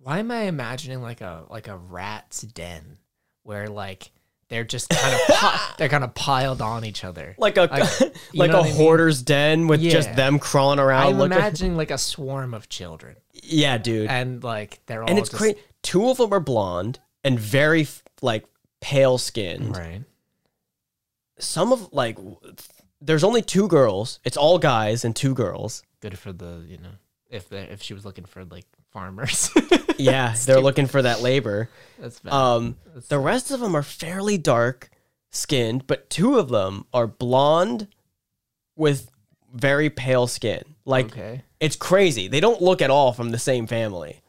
Speaker 2: Why am I imagining like a like a rat's den where like they're just kind of
Speaker 1: (laughs)
Speaker 2: pi- they're kind of piled on each other.
Speaker 1: like a (laughs)
Speaker 2: Like,
Speaker 1: like, a
Speaker 2: you know what I mean?
Speaker 1: hoarder's den with just
Speaker 2: Yeah.
Speaker 1: them crawling around.
Speaker 2: I'm
Speaker 1: looking.
Speaker 2: imagining like a swarm of children,
Speaker 1: (laughs) yeah, dude.
Speaker 2: and like they're all
Speaker 1: and it's
Speaker 2: just,
Speaker 1: crazy. Two of them are blonde and very f- like pale skinned.
Speaker 2: right?
Speaker 1: Some of like w- there's only two girls. It's all guys and two girls.
Speaker 2: Good for the you know if they if she was looking for like farmers, (laughs)
Speaker 1: Yeah, they're looking for that labor.
Speaker 2: that's bad.
Speaker 1: Um, the rest of them are fairly dark skinned, but two of them are blonde with very pale skin. Like
Speaker 2: okay.
Speaker 1: it's crazy. They don't look at all from the same family.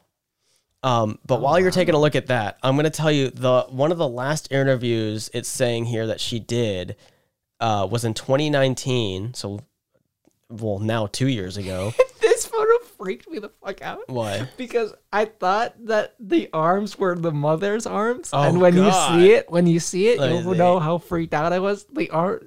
Speaker 1: Um, but while you're taking a look at that, I'm going to tell you the one of the last interviews it's saying here that she did uh, was in 2019. So, well, now two years ago.
Speaker 2: This photo freaked me the fuck out.
Speaker 1: Why?
Speaker 2: because I thought that the arms were the mother's arms,
Speaker 1: Oh,
Speaker 2: and when
Speaker 1: God.
Speaker 2: you see it, when you see it,
Speaker 1: Let me
Speaker 2: you'll
Speaker 1: see.
Speaker 2: know how freaked out I was. The arm.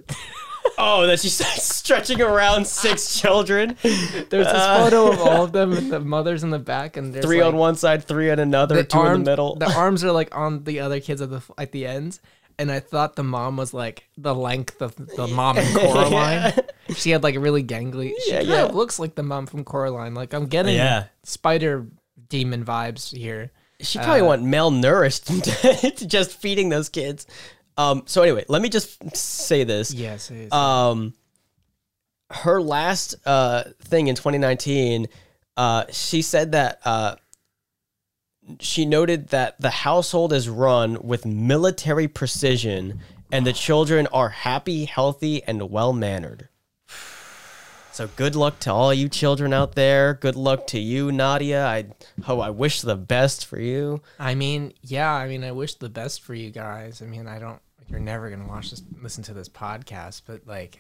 Speaker 1: Oh, that she's (laughs) stretching around six children,
Speaker 2: (laughs) There's this photo of all of them, and the mother's in the back, and there's
Speaker 1: Uh. three
Speaker 2: like,
Speaker 1: on one side, three on another, two in
Speaker 2: arm-
Speaker 1: the middle. (laughs)
Speaker 2: The arms are like on the other kids at the at the ends. And I thought the mom was like the length of the
Speaker 1: (laughs)
Speaker 2: mom in Coraline. She had like really gangly. She
Speaker 1: Yeah,
Speaker 2: kind
Speaker 1: yeah.
Speaker 2: of looks like the mom from Coraline. Like I'm getting
Speaker 1: Yeah.
Speaker 2: spider demon vibes here.
Speaker 1: She probably want malnourished (laughs) to just feeding those kids. Um, so anyway, let me just say this.
Speaker 2: Yes, it is.
Speaker 1: um her last uh thing in 2019 Uh, she said that uh, she noted that the household is run with military precision, and the children are happy, healthy, and well mannered. So good luck to all you children out there. Good luck to you, Nadia. I oh, I wish the best for you.
Speaker 2: I mean, yeah, I mean, I wish the best for you guys. I mean, I don't. You're never gonna watch this, listen to this podcast, but like,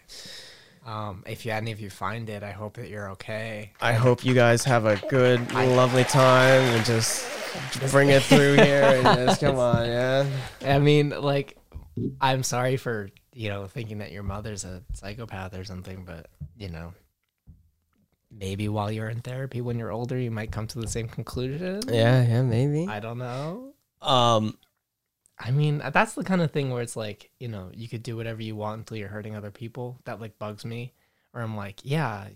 Speaker 2: um, if you any of you find it, I hope that you're okay.
Speaker 1: I hope you guys have a good, lovely time and just bring it through here and
Speaker 2: (laughs)
Speaker 1: just come on, yeah.
Speaker 2: I mean, like, I'm sorry for you know thinking that your mother's a psychopath or something, but you know, maybe while you're in therapy when you're older, you might come to the same conclusion.
Speaker 1: Yeah, yeah, maybe.
Speaker 2: I don't know.
Speaker 1: Um,
Speaker 2: I mean, uh, that's the kind of thing where it's like, you know, you could do whatever you want until you're hurting other people. That like bugs me, or I'm like, yeah,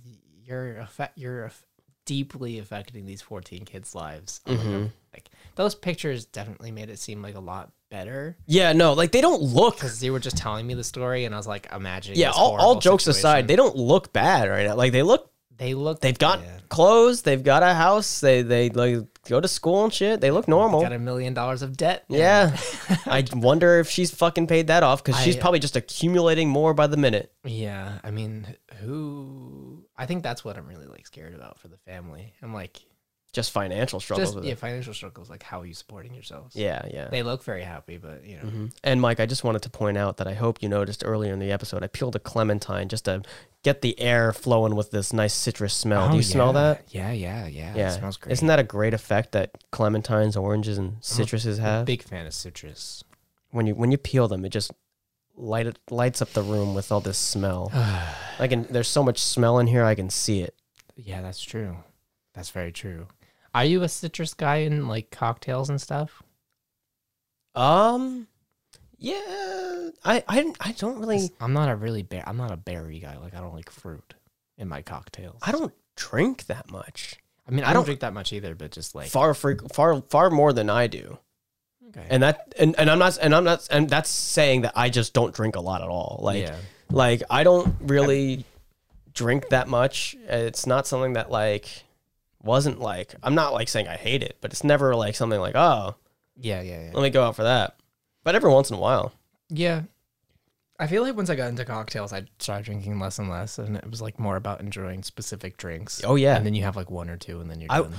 Speaker 2: you're affect, you're aff- deeply affecting these 14 kids' lives. I'm like,
Speaker 1: Mm-hmm.
Speaker 2: I'm- like those pictures definitely made it seem like a lot better
Speaker 1: yeah, no, like they don't look.
Speaker 2: because they were just telling me the story, and I was like, imagining.
Speaker 1: Yeah,
Speaker 2: this
Speaker 1: all, all
Speaker 2: horrible
Speaker 1: jokes aside, they
Speaker 2: situation.
Speaker 1: don't look bad right now. Like they look,
Speaker 2: they look
Speaker 1: they've got
Speaker 2: yeah,
Speaker 1: clothes, they've got a house, they they like go to school and shit. They look normal.
Speaker 2: got a million dollars of debt. now.
Speaker 1: yeah, I wonder if she's fucking paid that off because she's
Speaker 2: I- uh,
Speaker 1: probably just accumulating more by the minute.
Speaker 2: (laughs) Yeah, I mean, who? I think that's what I'm really like scared about for the family. I'm like,
Speaker 1: Just financial struggles.
Speaker 2: just
Speaker 1: with
Speaker 2: yeah,
Speaker 1: it.
Speaker 2: financial struggles. Like, how are you supporting yourselves?
Speaker 1: yeah, Mm-hmm. yeah.
Speaker 2: They look very happy, but you know,
Speaker 1: And Mike, I just wanted to point out that I hope you noticed earlier in the episode, I peeled a clementine just to get the air flowing with this nice citrus smell. Do you smell that?
Speaker 2: Yeah, yeah, yeah.
Speaker 1: Oh, Yeah,
Speaker 2: It smells great.
Speaker 1: Isn't that a great Uh-huh. effect that clementines, oranges, and citruses have?
Speaker 2: Big fan
Speaker 1: (sighs)
Speaker 2: of citrus.
Speaker 1: When you when you peel them, it just light it, lights up the room with all this (sighs) smell. I can. There's so much smell in here, I can see it.
Speaker 2: Yeah, that's true. That's very true. Are you a citrus guy in like cocktails and stuff?
Speaker 1: Um, yeah, I I, didn't- I don't really
Speaker 2: I'm not a really bear. I'm not a berry guy. Like, I don't like fruit in my cocktails.
Speaker 1: I don't drink that much.
Speaker 2: I mean, I,
Speaker 1: I
Speaker 2: don't
Speaker 1: don't-
Speaker 2: drink that much either, but just like
Speaker 1: Far freq far far more than I do.
Speaker 2: okay.
Speaker 1: and that and, and i'm not and i'm not and that's saying that i just don't drink a lot at all like
Speaker 2: Yeah.
Speaker 1: like i don't really drink that much it's not something that like wasn't like i'm not like saying i hate it but it's never like something like oh
Speaker 2: yeah, yeah, yeah.
Speaker 1: let me go out for that but every once in a while
Speaker 2: Yeah. I feel like once I got into cocktails, I started drinking less and less, and it was like more about enjoying specific drinks.
Speaker 1: Oh, yeah.
Speaker 2: and then you have like one or two, and then you're
Speaker 1: I-
Speaker 2: done.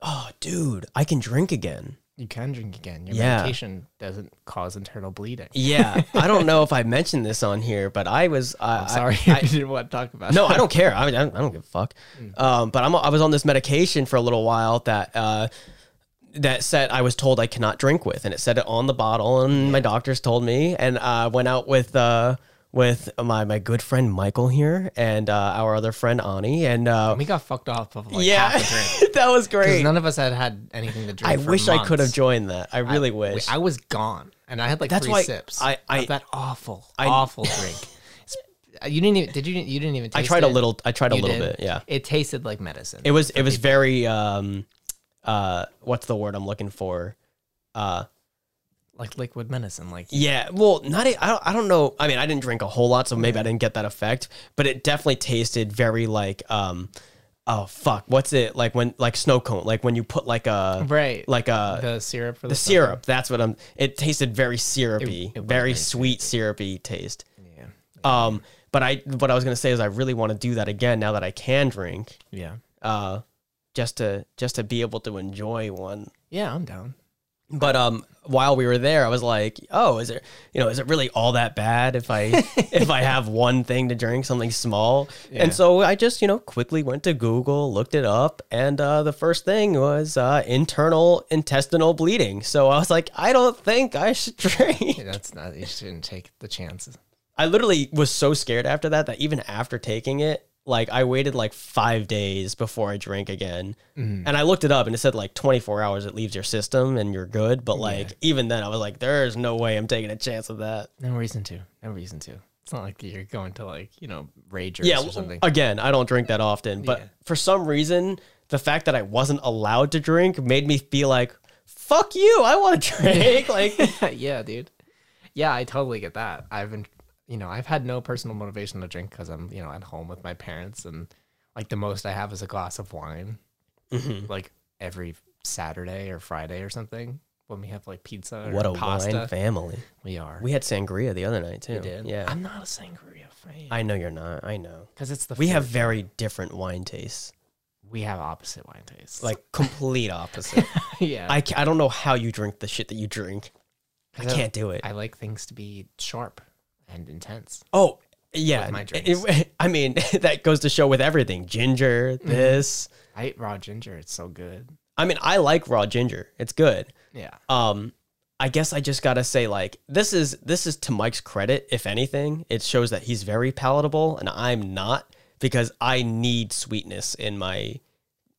Speaker 1: oh dude i can drink again
Speaker 2: You can drink again. Your
Speaker 1: Yeah.
Speaker 2: medication doesn't cause internal bleeding.
Speaker 1: (laughs) yeah i don't know if i mentioned this on here but i was I
Speaker 2: I'm
Speaker 1: I-
Speaker 2: sorry, I, didn't want to talk about.
Speaker 1: No,
Speaker 2: it.
Speaker 1: I don't care. I, mean, I don't I don't give a fuck.
Speaker 2: Mm.
Speaker 1: Um, but I'm, I was on this medication for a little while that uh, that said I was told I cannot drink with, and it said it on the bottle. And my doctors told me, and I went out with uh, with my my good friend Michael here and uh, our other friend Ani, and uh,
Speaker 2: (laughs) we got fucked off of like
Speaker 1: yeah,
Speaker 2: half a
Speaker 1: (laughs)
Speaker 2: drink
Speaker 1: that was (laughs)
Speaker 2: because
Speaker 1: great.
Speaker 2: none of us had had anything to drink.
Speaker 1: I
Speaker 2: for
Speaker 1: wish I could have
Speaker 2: months.
Speaker 1: joined that. I really wish.
Speaker 2: I was gone, and I had like
Speaker 1: That's
Speaker 2: three
Speaker 1: why
Speaker 2: sips.
Speaker 1: I- I-
Speaker 2: of that awful, awful
Speaker 1: (laughs)
Speaker 2: drink. It's- uh, You didn't even. Did you? You didn't even.
Speaker 1: I
Speaker 2: taste
Speaker 1: tried a
Speaker 2: it.
Speaker 1: little. I tried a
Speaker 2: You
Speaker 1: little
Speaker 2: did.
Speaker 1: bit. Yeah.
Speaker 2: It tasted like medicine.
Speaker 1: It was it was very um uh what's the word I'm looking for uh
Speaker 2: like liquid medicine. Like
Speaker 1: Yeah, well, not a, I, don't, I don't know. I mean, I didn't drink a whole lot, so maybe I didn't get that effect, but it definitely tasted very like um oh fuck, what's it? Like when like snow cone, like when you put like a
Speaker 2: right,
Speaker 1: like a
Speaker 2: the syrup for the,
Speaker 1: the syrup. That's what I'm it tasted very syrupy,
Speaker 2: it was
Speaker 1: very
Speaker 2: very
Speaker 1: sweet syrupy taste.
Speaker 2: Yeah,
Speaker 1: Um but I what I was going to say is I really want to do that again now that I can drink.
Speaker 2: yeah,
Speaker 1: Uh just to just to be able to enjoy one
Speaker 2: yeah. I'm down.
Speaker 1: but um, while we were there, I was like, "Oh, is it you know is it really all that bad if I if I have one thing to drink, something small?" And so I just you know quickly went to Google, looked it up, and uh, the first thing was uh, internal intestinal bleeding. So I was like, "I don't think I should (laughs) drink."
Speaker 2: Yeah, that's not. You shouldn't take the chances.
Speaker 1: I literally was so scared after that that even after taking it. Like I waited like five days before I drank again,
Speaker 2: Mm-hmm.
Speaker 1: and I looked it up and it said like 24 hours it leaves your system and you're good. But like even then, I was like, there's no way I'm taking a chance of that.
Speaker 2: No reason to. No reason to. It's not like you're going to like you know ragers
Speaker 1: Yeah,
Speaker 2: or something.
Speaker 1: again, I don't drink that often, but
Speaker 2: Yeah.
Speaker 1: for some reason, the fact that I wasn't allowed to drink made me feel like, fuck you, I want to (laughs) drink.
Speaker 2: (laughs)
Speaker 1: like
Speaker 2: yeah, dude. Yeah, I totally get that. I've been, you know, I've had no personal motivation to drink because I'm, you know, at home with my parents, and like the most I have is a glass of wine. like every Saturday or Friday or something when we have like pizza or
Speaker 1: What a
Speaker 2: pasta.
Speaker 1: wine family.
Speaker 2: we are.
Speaker 1: We had sangria the other night too.
Speaker 2: We did.
Speaker 1: Yeah.
Speaker 2: I'm not a sangria fan
Speaker 1: I know you're not. I know.
Speaker 2: because it's the
Speaker 1: We have
Speaker 2: fruit.
Speaker 1: very different wine tastes,
Speaker 2: we have opposite wine tastes.
Speaker 1: like complete opposite.
Speaker 2: (laughs) yeah,
Speaker 1: I, ca- I don't know how you drink the shit that you drink. I
Speaker 2: 'Cause
Speaker 1: can't do it.
Speaker 2: I like things to be sharp and intense.
Speaker 1: oh, yeah.
Speaker 2: With my
Speaker 1: It- it- (laughs) I mean, that goes to show with everything ginger,
Speaker 2: Mm-hmm.
Speaker 1: this.
Speaker 2: I ate raw ginger. It's so good. Oh,
Speaker 1: I mean, I like raw ginger, it's good.
Speaker 2: Yeah.
Speaker 1: um i guess i just gotta say like this is this is to mike's credit if anything it shows that he's very palatable and i'm not because i need sweetness in my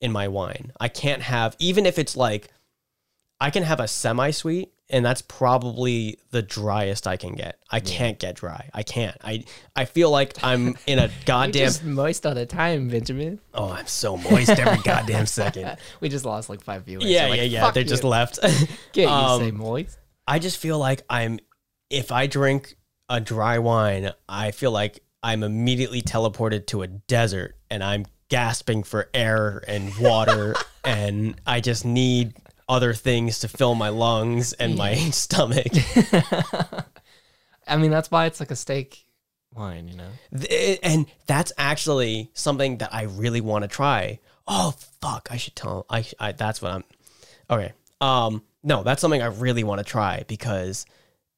Speaker 1: in my wine i can't have even if it's like i can have a semi sweet and that's probably the driest i can get i can't get dry i can't i i feel like i'm in
Speaker 2: (laughs)
Speaker 1: a goddamn
Speaker 2: Just moist all the time, Benjamin. (laughs)
Speaker 1: oh i'm so moist every goddamn second
Speaker 2: We just lost like five viewers.
Speaker 1: yeah
Speaker 2: They're like,
Speaker 1: yeah yeah
Speaker 2: "Fuck
Speaker 1: they
Speaker 2: you.
Speaker 1: just left (laughs)
Speaker 2: Can't
Speaker 1: um,
Speaker 2: you say moist?
Speaker 1: I just feel like I'm if I drink a dry wine, I feel like I'm immediately teleported to a desert and I'm gasping for air and water and I just need other things to fill my lungs and my stomach.
Speaker 2: I mean, that's why it's like a steak wine, you know.
Speaker 1: Th- eh, and that's actually something that I really want to try. Oh fuck, I should tell I, I that's what I'm Okay. Um no, that's something I really want to try because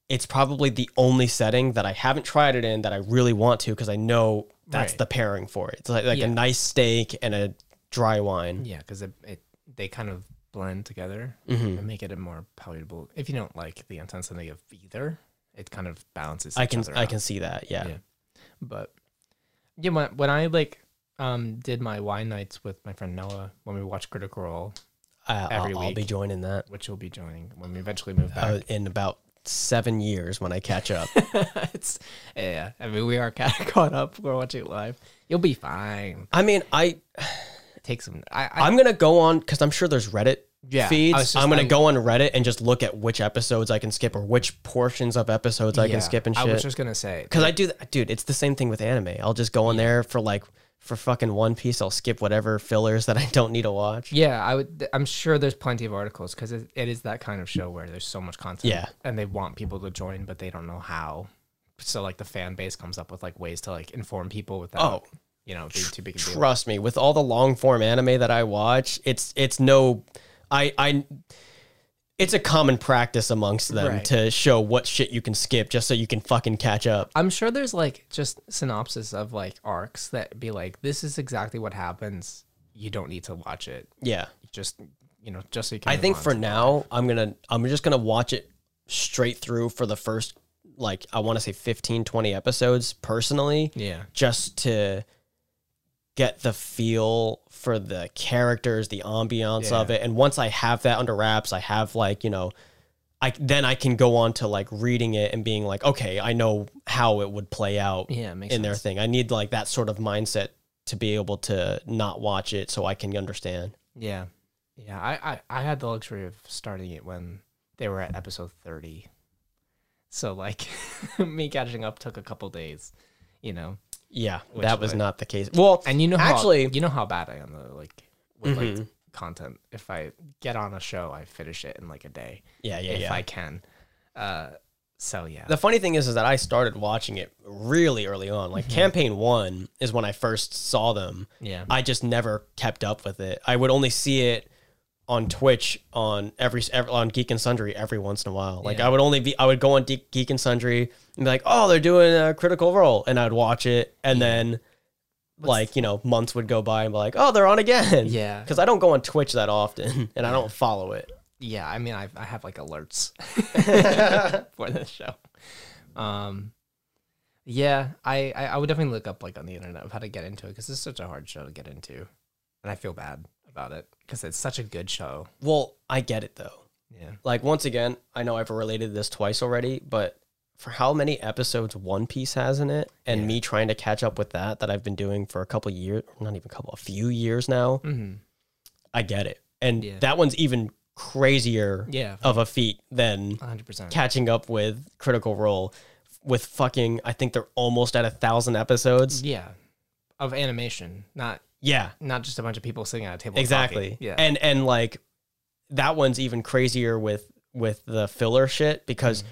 Speaker 1: it's probably the only setting that I haven't tried it in that I really want to because I know that's
Speaker 2: Right.
Speaker 1: the pairing for it. It's like, like
Speaker 2: Yeah.
Speaker 1: a nice steak and a dry wine.
Speaker 2: Yeah, because it, it they kind of blend together
Speaker 1: Mhm.
Speaker 2: and make it a more palatable. If you don't like the intensity of either, it kind of balances.
Speaker 1: I
Speaker 2: each
Speaker 1: can
Speaker 2: other
Speaker 1: I
Speaker 2: out.
Speaker 1: can see that. Yeah.
Speaker 2: Yeah. But yeah, when, when I like um did my wine nights with my friend Noah when we watched Critical Role,
Speaker 1: I, I'll,
Speaker 2: Every
Speaker 1: I'll be
Speaker 2: week.
Speaker 1: joining that
Speaker 2: which you'll be joining when we eventually move back.
Speaker 1: uh, in about 7 years when I catch up.
Speaker 2: (laughs)
Speaker 1: (laughs)
Speaker 2: it's yeah. I mean, we are kind of (laughs) caught up. We're watching it live. You'll be fine.
Speaker 1: I mean, I
Speaker 2: Take some. I, I
Speaker 1: I'm gonna go on because I'm sure there's Reddit
Speaker 2: Yeah, I
Speaker 1: feeds.
Speaker 2: was just-
Speaker 1: I'm gonna
Speaker 2: I'm-
Speaker 1: go on Reddit and just look at which episodes I can skip or which portions of episodes I
Speaker 2: yeah,
Speaker 1: can skip and
Speaker 2: I was
Speaker 1: shit.
Speaker 2: just gonna say
Speaker 1: Because I do, that, dude. It's the same thing with anime. I'll just go on there for like for fucking One Piece. I'll skip whatever fillers that I (laughs) don't need to watch.
Speaker 2: Yeah, I would. th- I'm sure there's plenty of articles because it, it is that kind of show where there's so much content.
Speaker 1: Yeah.
Speaker 2: and they want people to join, but they don't know how. So like the fan base comes up with like ways to like inform people without,
Speaker 1: Oh.
Speaker 2: you know, being too big a deal.
Speaker 1: Trust me, with all the long form anime that I watch, it's it's no, I I. It's a common practice amongst them
Speaker 2: Right.
Speaker 1: to show what shit you can skip just so you can fucking catch up.
Speaker 2: I'm sure there's like just synopsis of like arcs that be like, this is exactly what happens. You don't need to watch it.
Speaker 1: Yeah.
Speaker 2: Just you know, just so you can.
Speaker 1: I
Speaker 2: move
Speaker 1: think
Speaker 2: on
Speaker 1: for
Speaker 2: to-
Speaker 1: now, I'm gonna I'm just gonna watch it straight through for the first like I want to say 15, 20 episodes personally,
Speaker 2: yeah,
Speaker 1: just to get the feel for the characters, the ambiance of
Speaker 2: Yeah.
Speaker 1: it. And once I have that under wraps, I have like you know, I then I can go on to like reading it and being like, okay, I know how it would play out
Speaker 2: yeah, it
Speaker 1: in
Speaker 2: makes sense.
Speaker 1: their thing. I need like that sort of mindset to be able to not watch it so I can understand.
Speaker 2: Yeah. Yeah. I, I, I had the luxury of starting it when they were at episode 30. So, like, (laughs) me catching up took a couple days, you know?
Speaker 1: Yeah,
Speaker 2: Which
Speaker 1: that was
Speaker 2: way?
Speaker 1: not the case. Well,
Speaker 2: And you know, how,
Speaker 1: Actually- Mm-hmm.
Speaker 2: you know how bad I am, though, like, with like content. If I get on a show, I finish it in like a day
Speaker 1: yeah, yeah,
Speaker 2: if
Speaker 1: yeah.
Speaker 2: I can. Uh, so, yeah.
Speaker 1: the funny thing is, is that I started watching it really early on. Like campaign one is when I first saw them.
Speaker 2: Mhm. yeah.
Speaker 1: I just never kept up with it. I would only see it on Twitch on every, every on Geek and Sundry every once in a while. Like
Speaker 2: Yeah.
Speaker 1: I would only be I would go on De- Geek and Sundry and be like, oh, they're doing a Critical Role, and I'd watch it, and then. like you know, months would go by and be like, "Oh, they're on again."
Speaker 2: Yeah.
Speaker 1: because I don't go on Twitch that often, (laughs) and I don't follow it.
Speaker 2: yeah. I mean, I, I have
Speaker 1: (laughs)
Speaker 2: like alerts for the show. Um, yeah, I, I I would definitely look up like on the internet of how to get into it because it's such a hard show to get into, and I feel bad about it because it's such a good show.
Speaker 1: Well, I get it though.
Speaker 2: Yeah,
Speaker 1: like once again, I know I've related this twice already, but for how many episodes One Piece has in it, and me trying to catch up with that that I've been doing for a couple years, not even a couple, a few years now,
Speaker 2: mm-hmm.
Speaker 1: I get it. And
Speaker 2: Yeah.
Speaker 1: that one's even crazier
Speaker 2: yeah,
Speaker 1: of a feat than
Speaker 2: one hundred percent.
Speaker 1: catching up with Critical Role with fucking I think they're almost at a thousand episodes.
Speaker 2: Yeah, of animation, not
Speaker 1: Yeah,
Speaker 2: not just a bunch of people sitting at a table. with
Speaker 1: exactly.
Speaker 2: coffee. Yeah.
Speaker 1: and and like that one's even crazier with with the filler shit because
Speaker 2: Mm-hmm.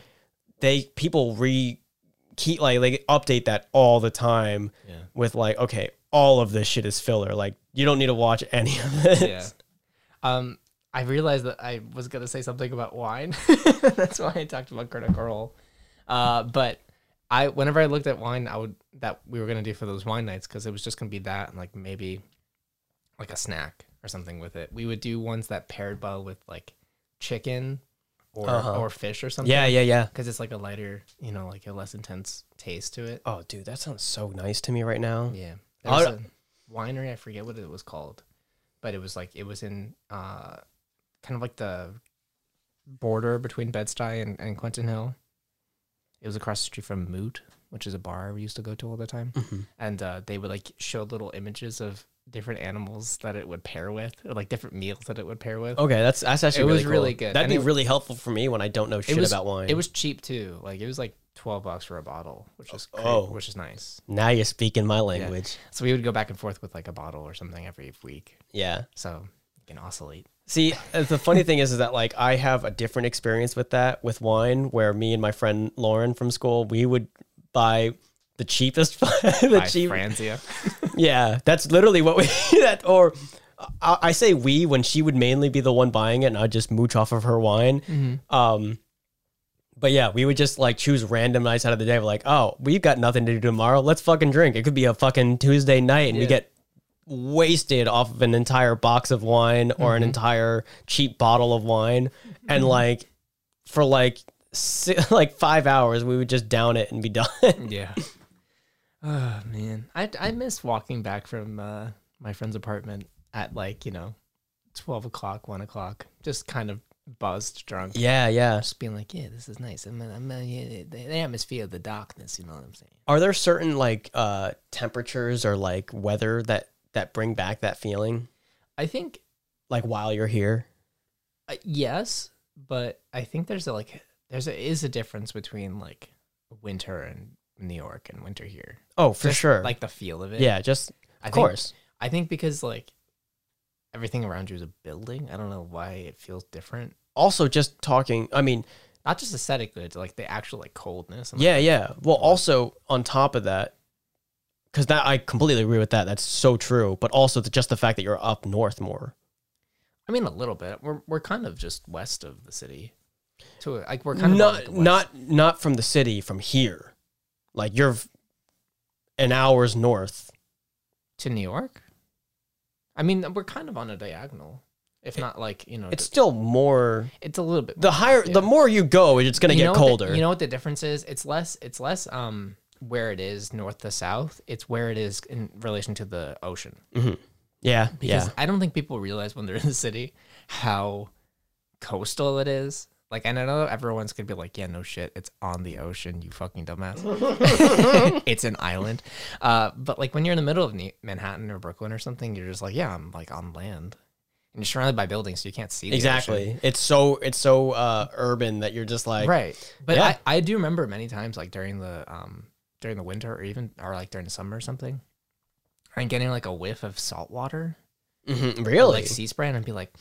Speaker 1: they people re keep like they update that all the time
Speaker 2: Yeah.
Speaker 1: with like okay all of this shit is filler like you don't need to watch any of it.
Speaker 2: yeah. Um, I realized that I was gonna say something about wine. (laughs) That's why I talked about Critical Role. Uh, but I, whenever I looked at wine, I would that we were gonna do for those wine nights because it was just gonna be that and like maybe like a snack or something with it. We would do ones that paired well with like chicken or
Speaker 1: Uh-huh.
Speaker 2: or fish or
Speaker 1: (laughs)
Speaker 2: something.
Speaker 1: yeah, yeah, yeah.
Speaker 2: Because it's like a lighter, you know, like a less intense taste to it.
Speaker 1: Oh, dude, that sounds so nice to me right now.
Speaker 2: Yeah. There was
Speaker 1: I'd-
Speaker 2: a winery, I forget what it was called, but it was like it was in uh kind of like the border between Bed-Stuy and, and Clinton Hill. It was across the street from Moot, which is a bar we used to go to all the time.
Speaker 1: Mm-hmm.
Speaker 2: And uh, they would like show little images of different animals that it would pair with, or like different meals that it would pair with.
Speaker 1: Okay, that's that's actually
Speaker 2: It
Speaker 1: really
Speaker 2: was
Speaker 1: cool.
Speaker 2: really good.
Speaker 1: That'd
Speaker 2: And
Speaker 1: be
Speaker 2: it-
Speaker 1: really helpful for me when I don't know shit
Speaker 2: it was
Speaker 1: about wine.
Speaker 2: It was cheap too. Like it was like twelve bucks for a bottle, which is great,
Speaker 1: Oh.
Speaker 2: which is nice.
Speaker 1: now you're speaking my language.
Speaker 2: So we would go back and forth with like a bottle or something every week.
Speaker 1: Yeah.
Speaker 2: So you can oscillate.
Speaker 1: See, uh, the funny thing is, is that like I have a different experience with that with wine, where me and my friend Lauren from school, we would buy the cheapest, (laughs) the
Speaker 2: by
Speaker 1: cheap,
Speaker 2: Franzia.
Speaker 1: (laughs) yeah. That's literally what we (laughs) that or. I I say we when she would mainly be the one buying it, and I'd just mooch off of her wine. Um, but yeah, we would just like choose random nights out of the day. We're like, oh, we've got nothing to do tomorrow. Let's fucking drink. It could be a fucking Tuesday night, and we
Speaker 2: Yeah.
Speaker 1: get wasted off of an entire box of wine or an entire cheap bottle of wine, and like for like si- (laughs) like five hours, we would just down it and be (laughs) done.
Speaker 2: yeah. (laughs) Oh man, I I miss walking back from uh, my friend's apartment at like you know, twelve o'clock, one o'clock, just kind of buzzed, drunk,
Speaker 1: yeah, yeah.
Speaker 2: just being like, yeah, this is nice. I'm, I'm, uh, yeah, the, the atmosphere of the darkness. You know what I'm saying?
Speaker 1: Are there certain like uh temperatures or like weather that that bring back that feeling?
Speaker 2: I think
Speaker 1: Like while you're here?
Speaker 2: Uh, yes, but I think there's a like there's a, is a difference between like winter in New York and winter here.
Speaker 1: Oh, for
Speaker 2: Just,
Speaker 1: sure. Like
Speaker 2: Like the feel of it.
Speaker 1: yeah, just
Speaker 2: I
Speaker 1: of
Speaker 2: think-
Speaker 1: course.
Speaker 2: I think because like everything around you is a building. I don't know why it feels different.
Speaker 1: Also, just talking. I mean,
Speaker 2: Not just aesthetically, it's like the actual like coldness. and, like,
Speaker 1: yeah, yeah. Well, also on top of that, because that I completely agree with that. That's so true. But also the, just the fact that you're up north more.
Speaker 2: I mean, a little bit. We're we're kind of just west of the city. To a- like we're kind of on, like,
Speaker 1: Not
Speaker 2: the west-
Speaker 1: not not from the city, from here. Like you're v- an hour's north.
Speaker 2: to New York. I mean, we're kind of on a diagonal, if not like you know,
Speaker 1: It's still more.
Speaker 2: it's a little bit
Speaker 1: The higher, the more you go, it's gonna
Speaker 2: You
Speaker 1: get
Speaker 2: know what the-
Speaker 1: colder.
Speaker 2: you know what the difference is? It's less. It's less. Um, where it is north to south. It's where it is in relation to the ocean.
Speaker 1: yeah,
Speaker 2: Because
Speaker 1: yeah.
Speaker 2: I don't think people realize when they're in the city how coastal it is. Like, and I know everyone's gonna be like, "Yeah, no shit, it's on the ocean, you
Speaker 1: (laughs)
Speaker 2: fucking dumbass. it's an island." Uh, but like when you're in the middle of Ne- Manhattan or Brooklyn or something, you're just like, "Yeah, I'm like on land." And you're surrounded by buildings, so you can't see the ocean.
Speaker 1: Exactly. It's so it's so uh urban that you're just like
Speaker 2: right but
Speaker 1: Yeah.
Speaker 2: I, I do remember many times like during the um during the winter or even or like during the summer or something and getting like a whiff of salt water
Speaker 1: "Mhm,
Speaker 2: or,
Speaker 1: really.
Speaker 2: like sea spray and I'd be like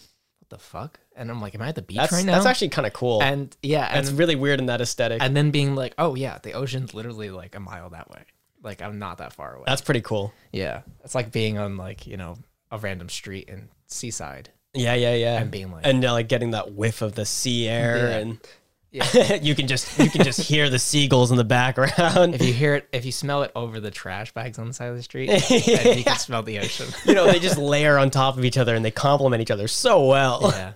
Speaker 2: what the fuck and i'm like am i at the beach
Speaker 1: that's
Speaker 2: right now
Speaker 1: that's actually kind of cool.
Speaker 2: and yeah and,
Speaker 1: that's really weird in that aesthetic.
Speaker 2: and then being like oh yeah the ocean's literally like a mile that way like i'm not that far away
Speaker 1: that's pretty cool.
Speaker 2: yeah it's like being on like you know a random street in seaside
Speaker 1: Yeah, yeah, yeah.
Speaker 2: And being like-
Speaker 1: and uh, like getting that whiff of the sea air,
Speaker 2: Yeah.
Speaker 1: and (laughs) you can just you can just hear the seagulls in the background.
Speaker 2: if you hear it if you smell it over the trash bags on the side of the street then you can smell
Speaker 1: (laughs)
Speaker 2: the ocean
Speaker 1: (laughs) you know, they just layer on top of each other and they complement each other so (laughs) well.
Speaker 2: yeah.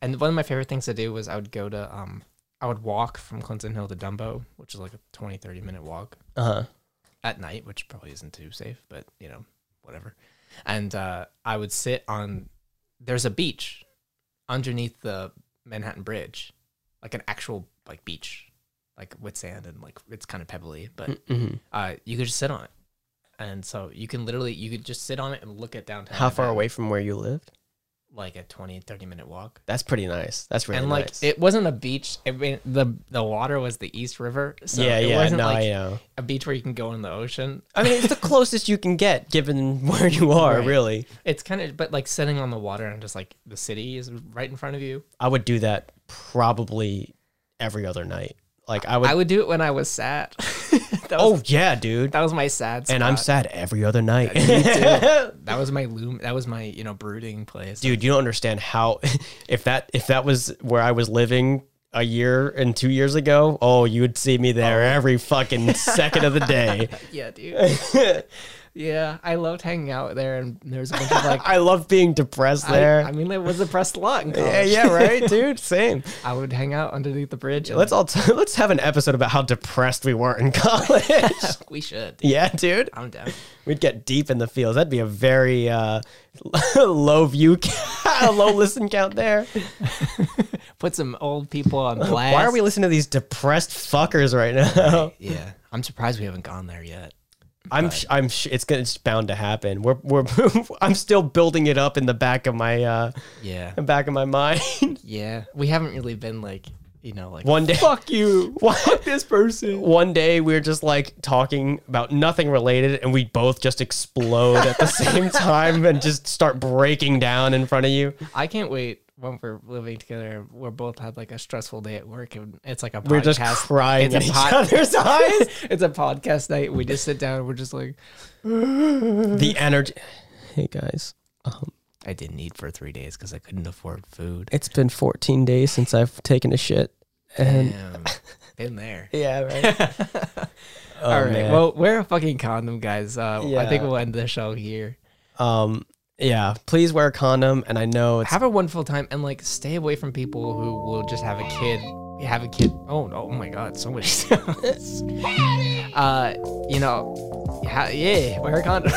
Speaker 2: And one of my favorite things to do was I would go to um I would walk from Clinton Hill to Dumbo, which is like a 20 30 minute walk
Speaker 1: Uh huh.
Speaker 2: at night, which probably isn't too safe, but you know, whatever. And uh I would sit on there's a beach underneath the Manhattan Bridge, like an actual like beach, like with sand and like it's kind of pebbly, but
Speaker 1: hmm
Speaker 2: uh you could just sit on it. And so you can literally you could just sit on it and look at downtown.
Speaker 1: How far
Speaker 2: Manhattan.
Speaker 1: away from where you lived?
Speaker 2: like a 20, 30 minute walk.
Speaker 1: That's pretty nice. That's really
Speaker 2: and like
Speaker 1: nice.
Speaker 2: it wasn't a beach. I mean, the the water was the East River, so
Speaker 1: yeah,
Speaker 2: it
Speaker 1: yeah.
Speaker 2: wasn't
Speaker 1: No,
Speaker 2: like
Speaker 1: I know.
Speaker 2: a beach where you can go in the ocean.
Speaker 1: I mean, it's the closest you can get given where you are,
Speaker 2: Right.
Speaker 1: really.
Speaker 2: It's kind of but like sitting on the water and just like the city is right in front of you.
Speaker 1: I would do that probably every other night. Like I would.
Speaker 2: I would do it when I
Speaker 1: (laughs)
Speaker 2: was sad. that was,
Speaker 1: oh yeah, dude.
Speaker 2: that was my sad.
Speaker 1: And I'm
Speaker 2: spot.
Speaker 1: sad every other night.
Speaker 2: that was my loom. That was my you know brooding
Speaker 1: (laughs)
Speaker 2: place.
Speaker 1: dude you don't understand how (laughs) if that if that was where i was living a year and two years ago oh you would see me there
Speaker 2: Oh.
Speaker 1: every
Speaker 2: (laughs)
Speaker 1: fucking second of the day
Speaker 2: Yeah, dude.
Speaker 1: (laughs)
Speaker 2: yeah, I loved hanging out there, and there was a
Speaker 1: (laughs)
Speaker 2: bunch of like.
Speaker 1: i love being depressed
Speaker 2: I,
Speaker 1: there
Speaker 2: I mean, there was a press lot in college.
Speaker 1: yeah, yeah right dude same
Speaker 2: I would hang out underneath the bridge. and-
Speaker 1: let's all t- (laughs) let's have an episode about how depressed we were in (laughs) college
Speaker 2: (laughs) (laughs) we should. dude.
Speaker 1: yeah dude
Speaker 2: I'm down.
Speaker 1: we'd get deep in the fields that'd be a very uh (laughs) low view count, (laughs) low listen count there
Speaker 2: Put some old people on blast.
Speaker 1: why are we (laughs) listening to these depressed fuckers right now
Speaker 2: Yeah, I'm surprised we haven't gone there yet.
Speaker 1: (laughs) I'm sh- I'm sh- it's gonna it's bound to happen. We're we're (laughs) I'm still building it up in the back of my uh (laughs)
Speaker 2: Yeah,
Speaker 1: back of my mind. (laughs)
Speaker 2: yeah. We haven't really been like you know like
Speaker 1: One day, (laughs)
Speaker 2: Fuck you.
Speaker 1: What?
Speaker 2: this person.
Speaker 1: One day we're just like talking about nothing related, and we both just explode at the same time and just start breaking down in front of you.
Speaker 2: I can't wait when we're living together. We're both had like a stressful day at work, and it's like a podcast.
Speaker 1: We're just crying
Speaker 2: It's a
Speaker 1: in each
Speaker 2: pod-
Speaker 1: other's eyes.
Speaker 2: (laughs) it's a podcast night. We just sit down. and We're just like,
Speaker 1: the energy. Hey guys,
Speaker 2: I didn't eat for three days because I couldn't afford food.
Speaker 1: it's been 14 days since I've taken a shit, and
Speaker 2: Damn. Been there.
Speaker 1: (laughs) yeah, right.
Speaker 2: All right.
Speaker 1: Oh, man.
Speaker 2: Well, wear a fucking condom, guys. Uh, I think
Speaker 1: Yeah.
Speaker 2: we'll end the show here.
Speaker 1: um, yeah. Please wear a condom, and I know it's
Speaker 2: Have a wonderful time and like stay away from people who will just have a kid. Have a kid. Oh, no, oh my God. So much (laughs) stuff. uh, you know, ha- yeah, wear a condom.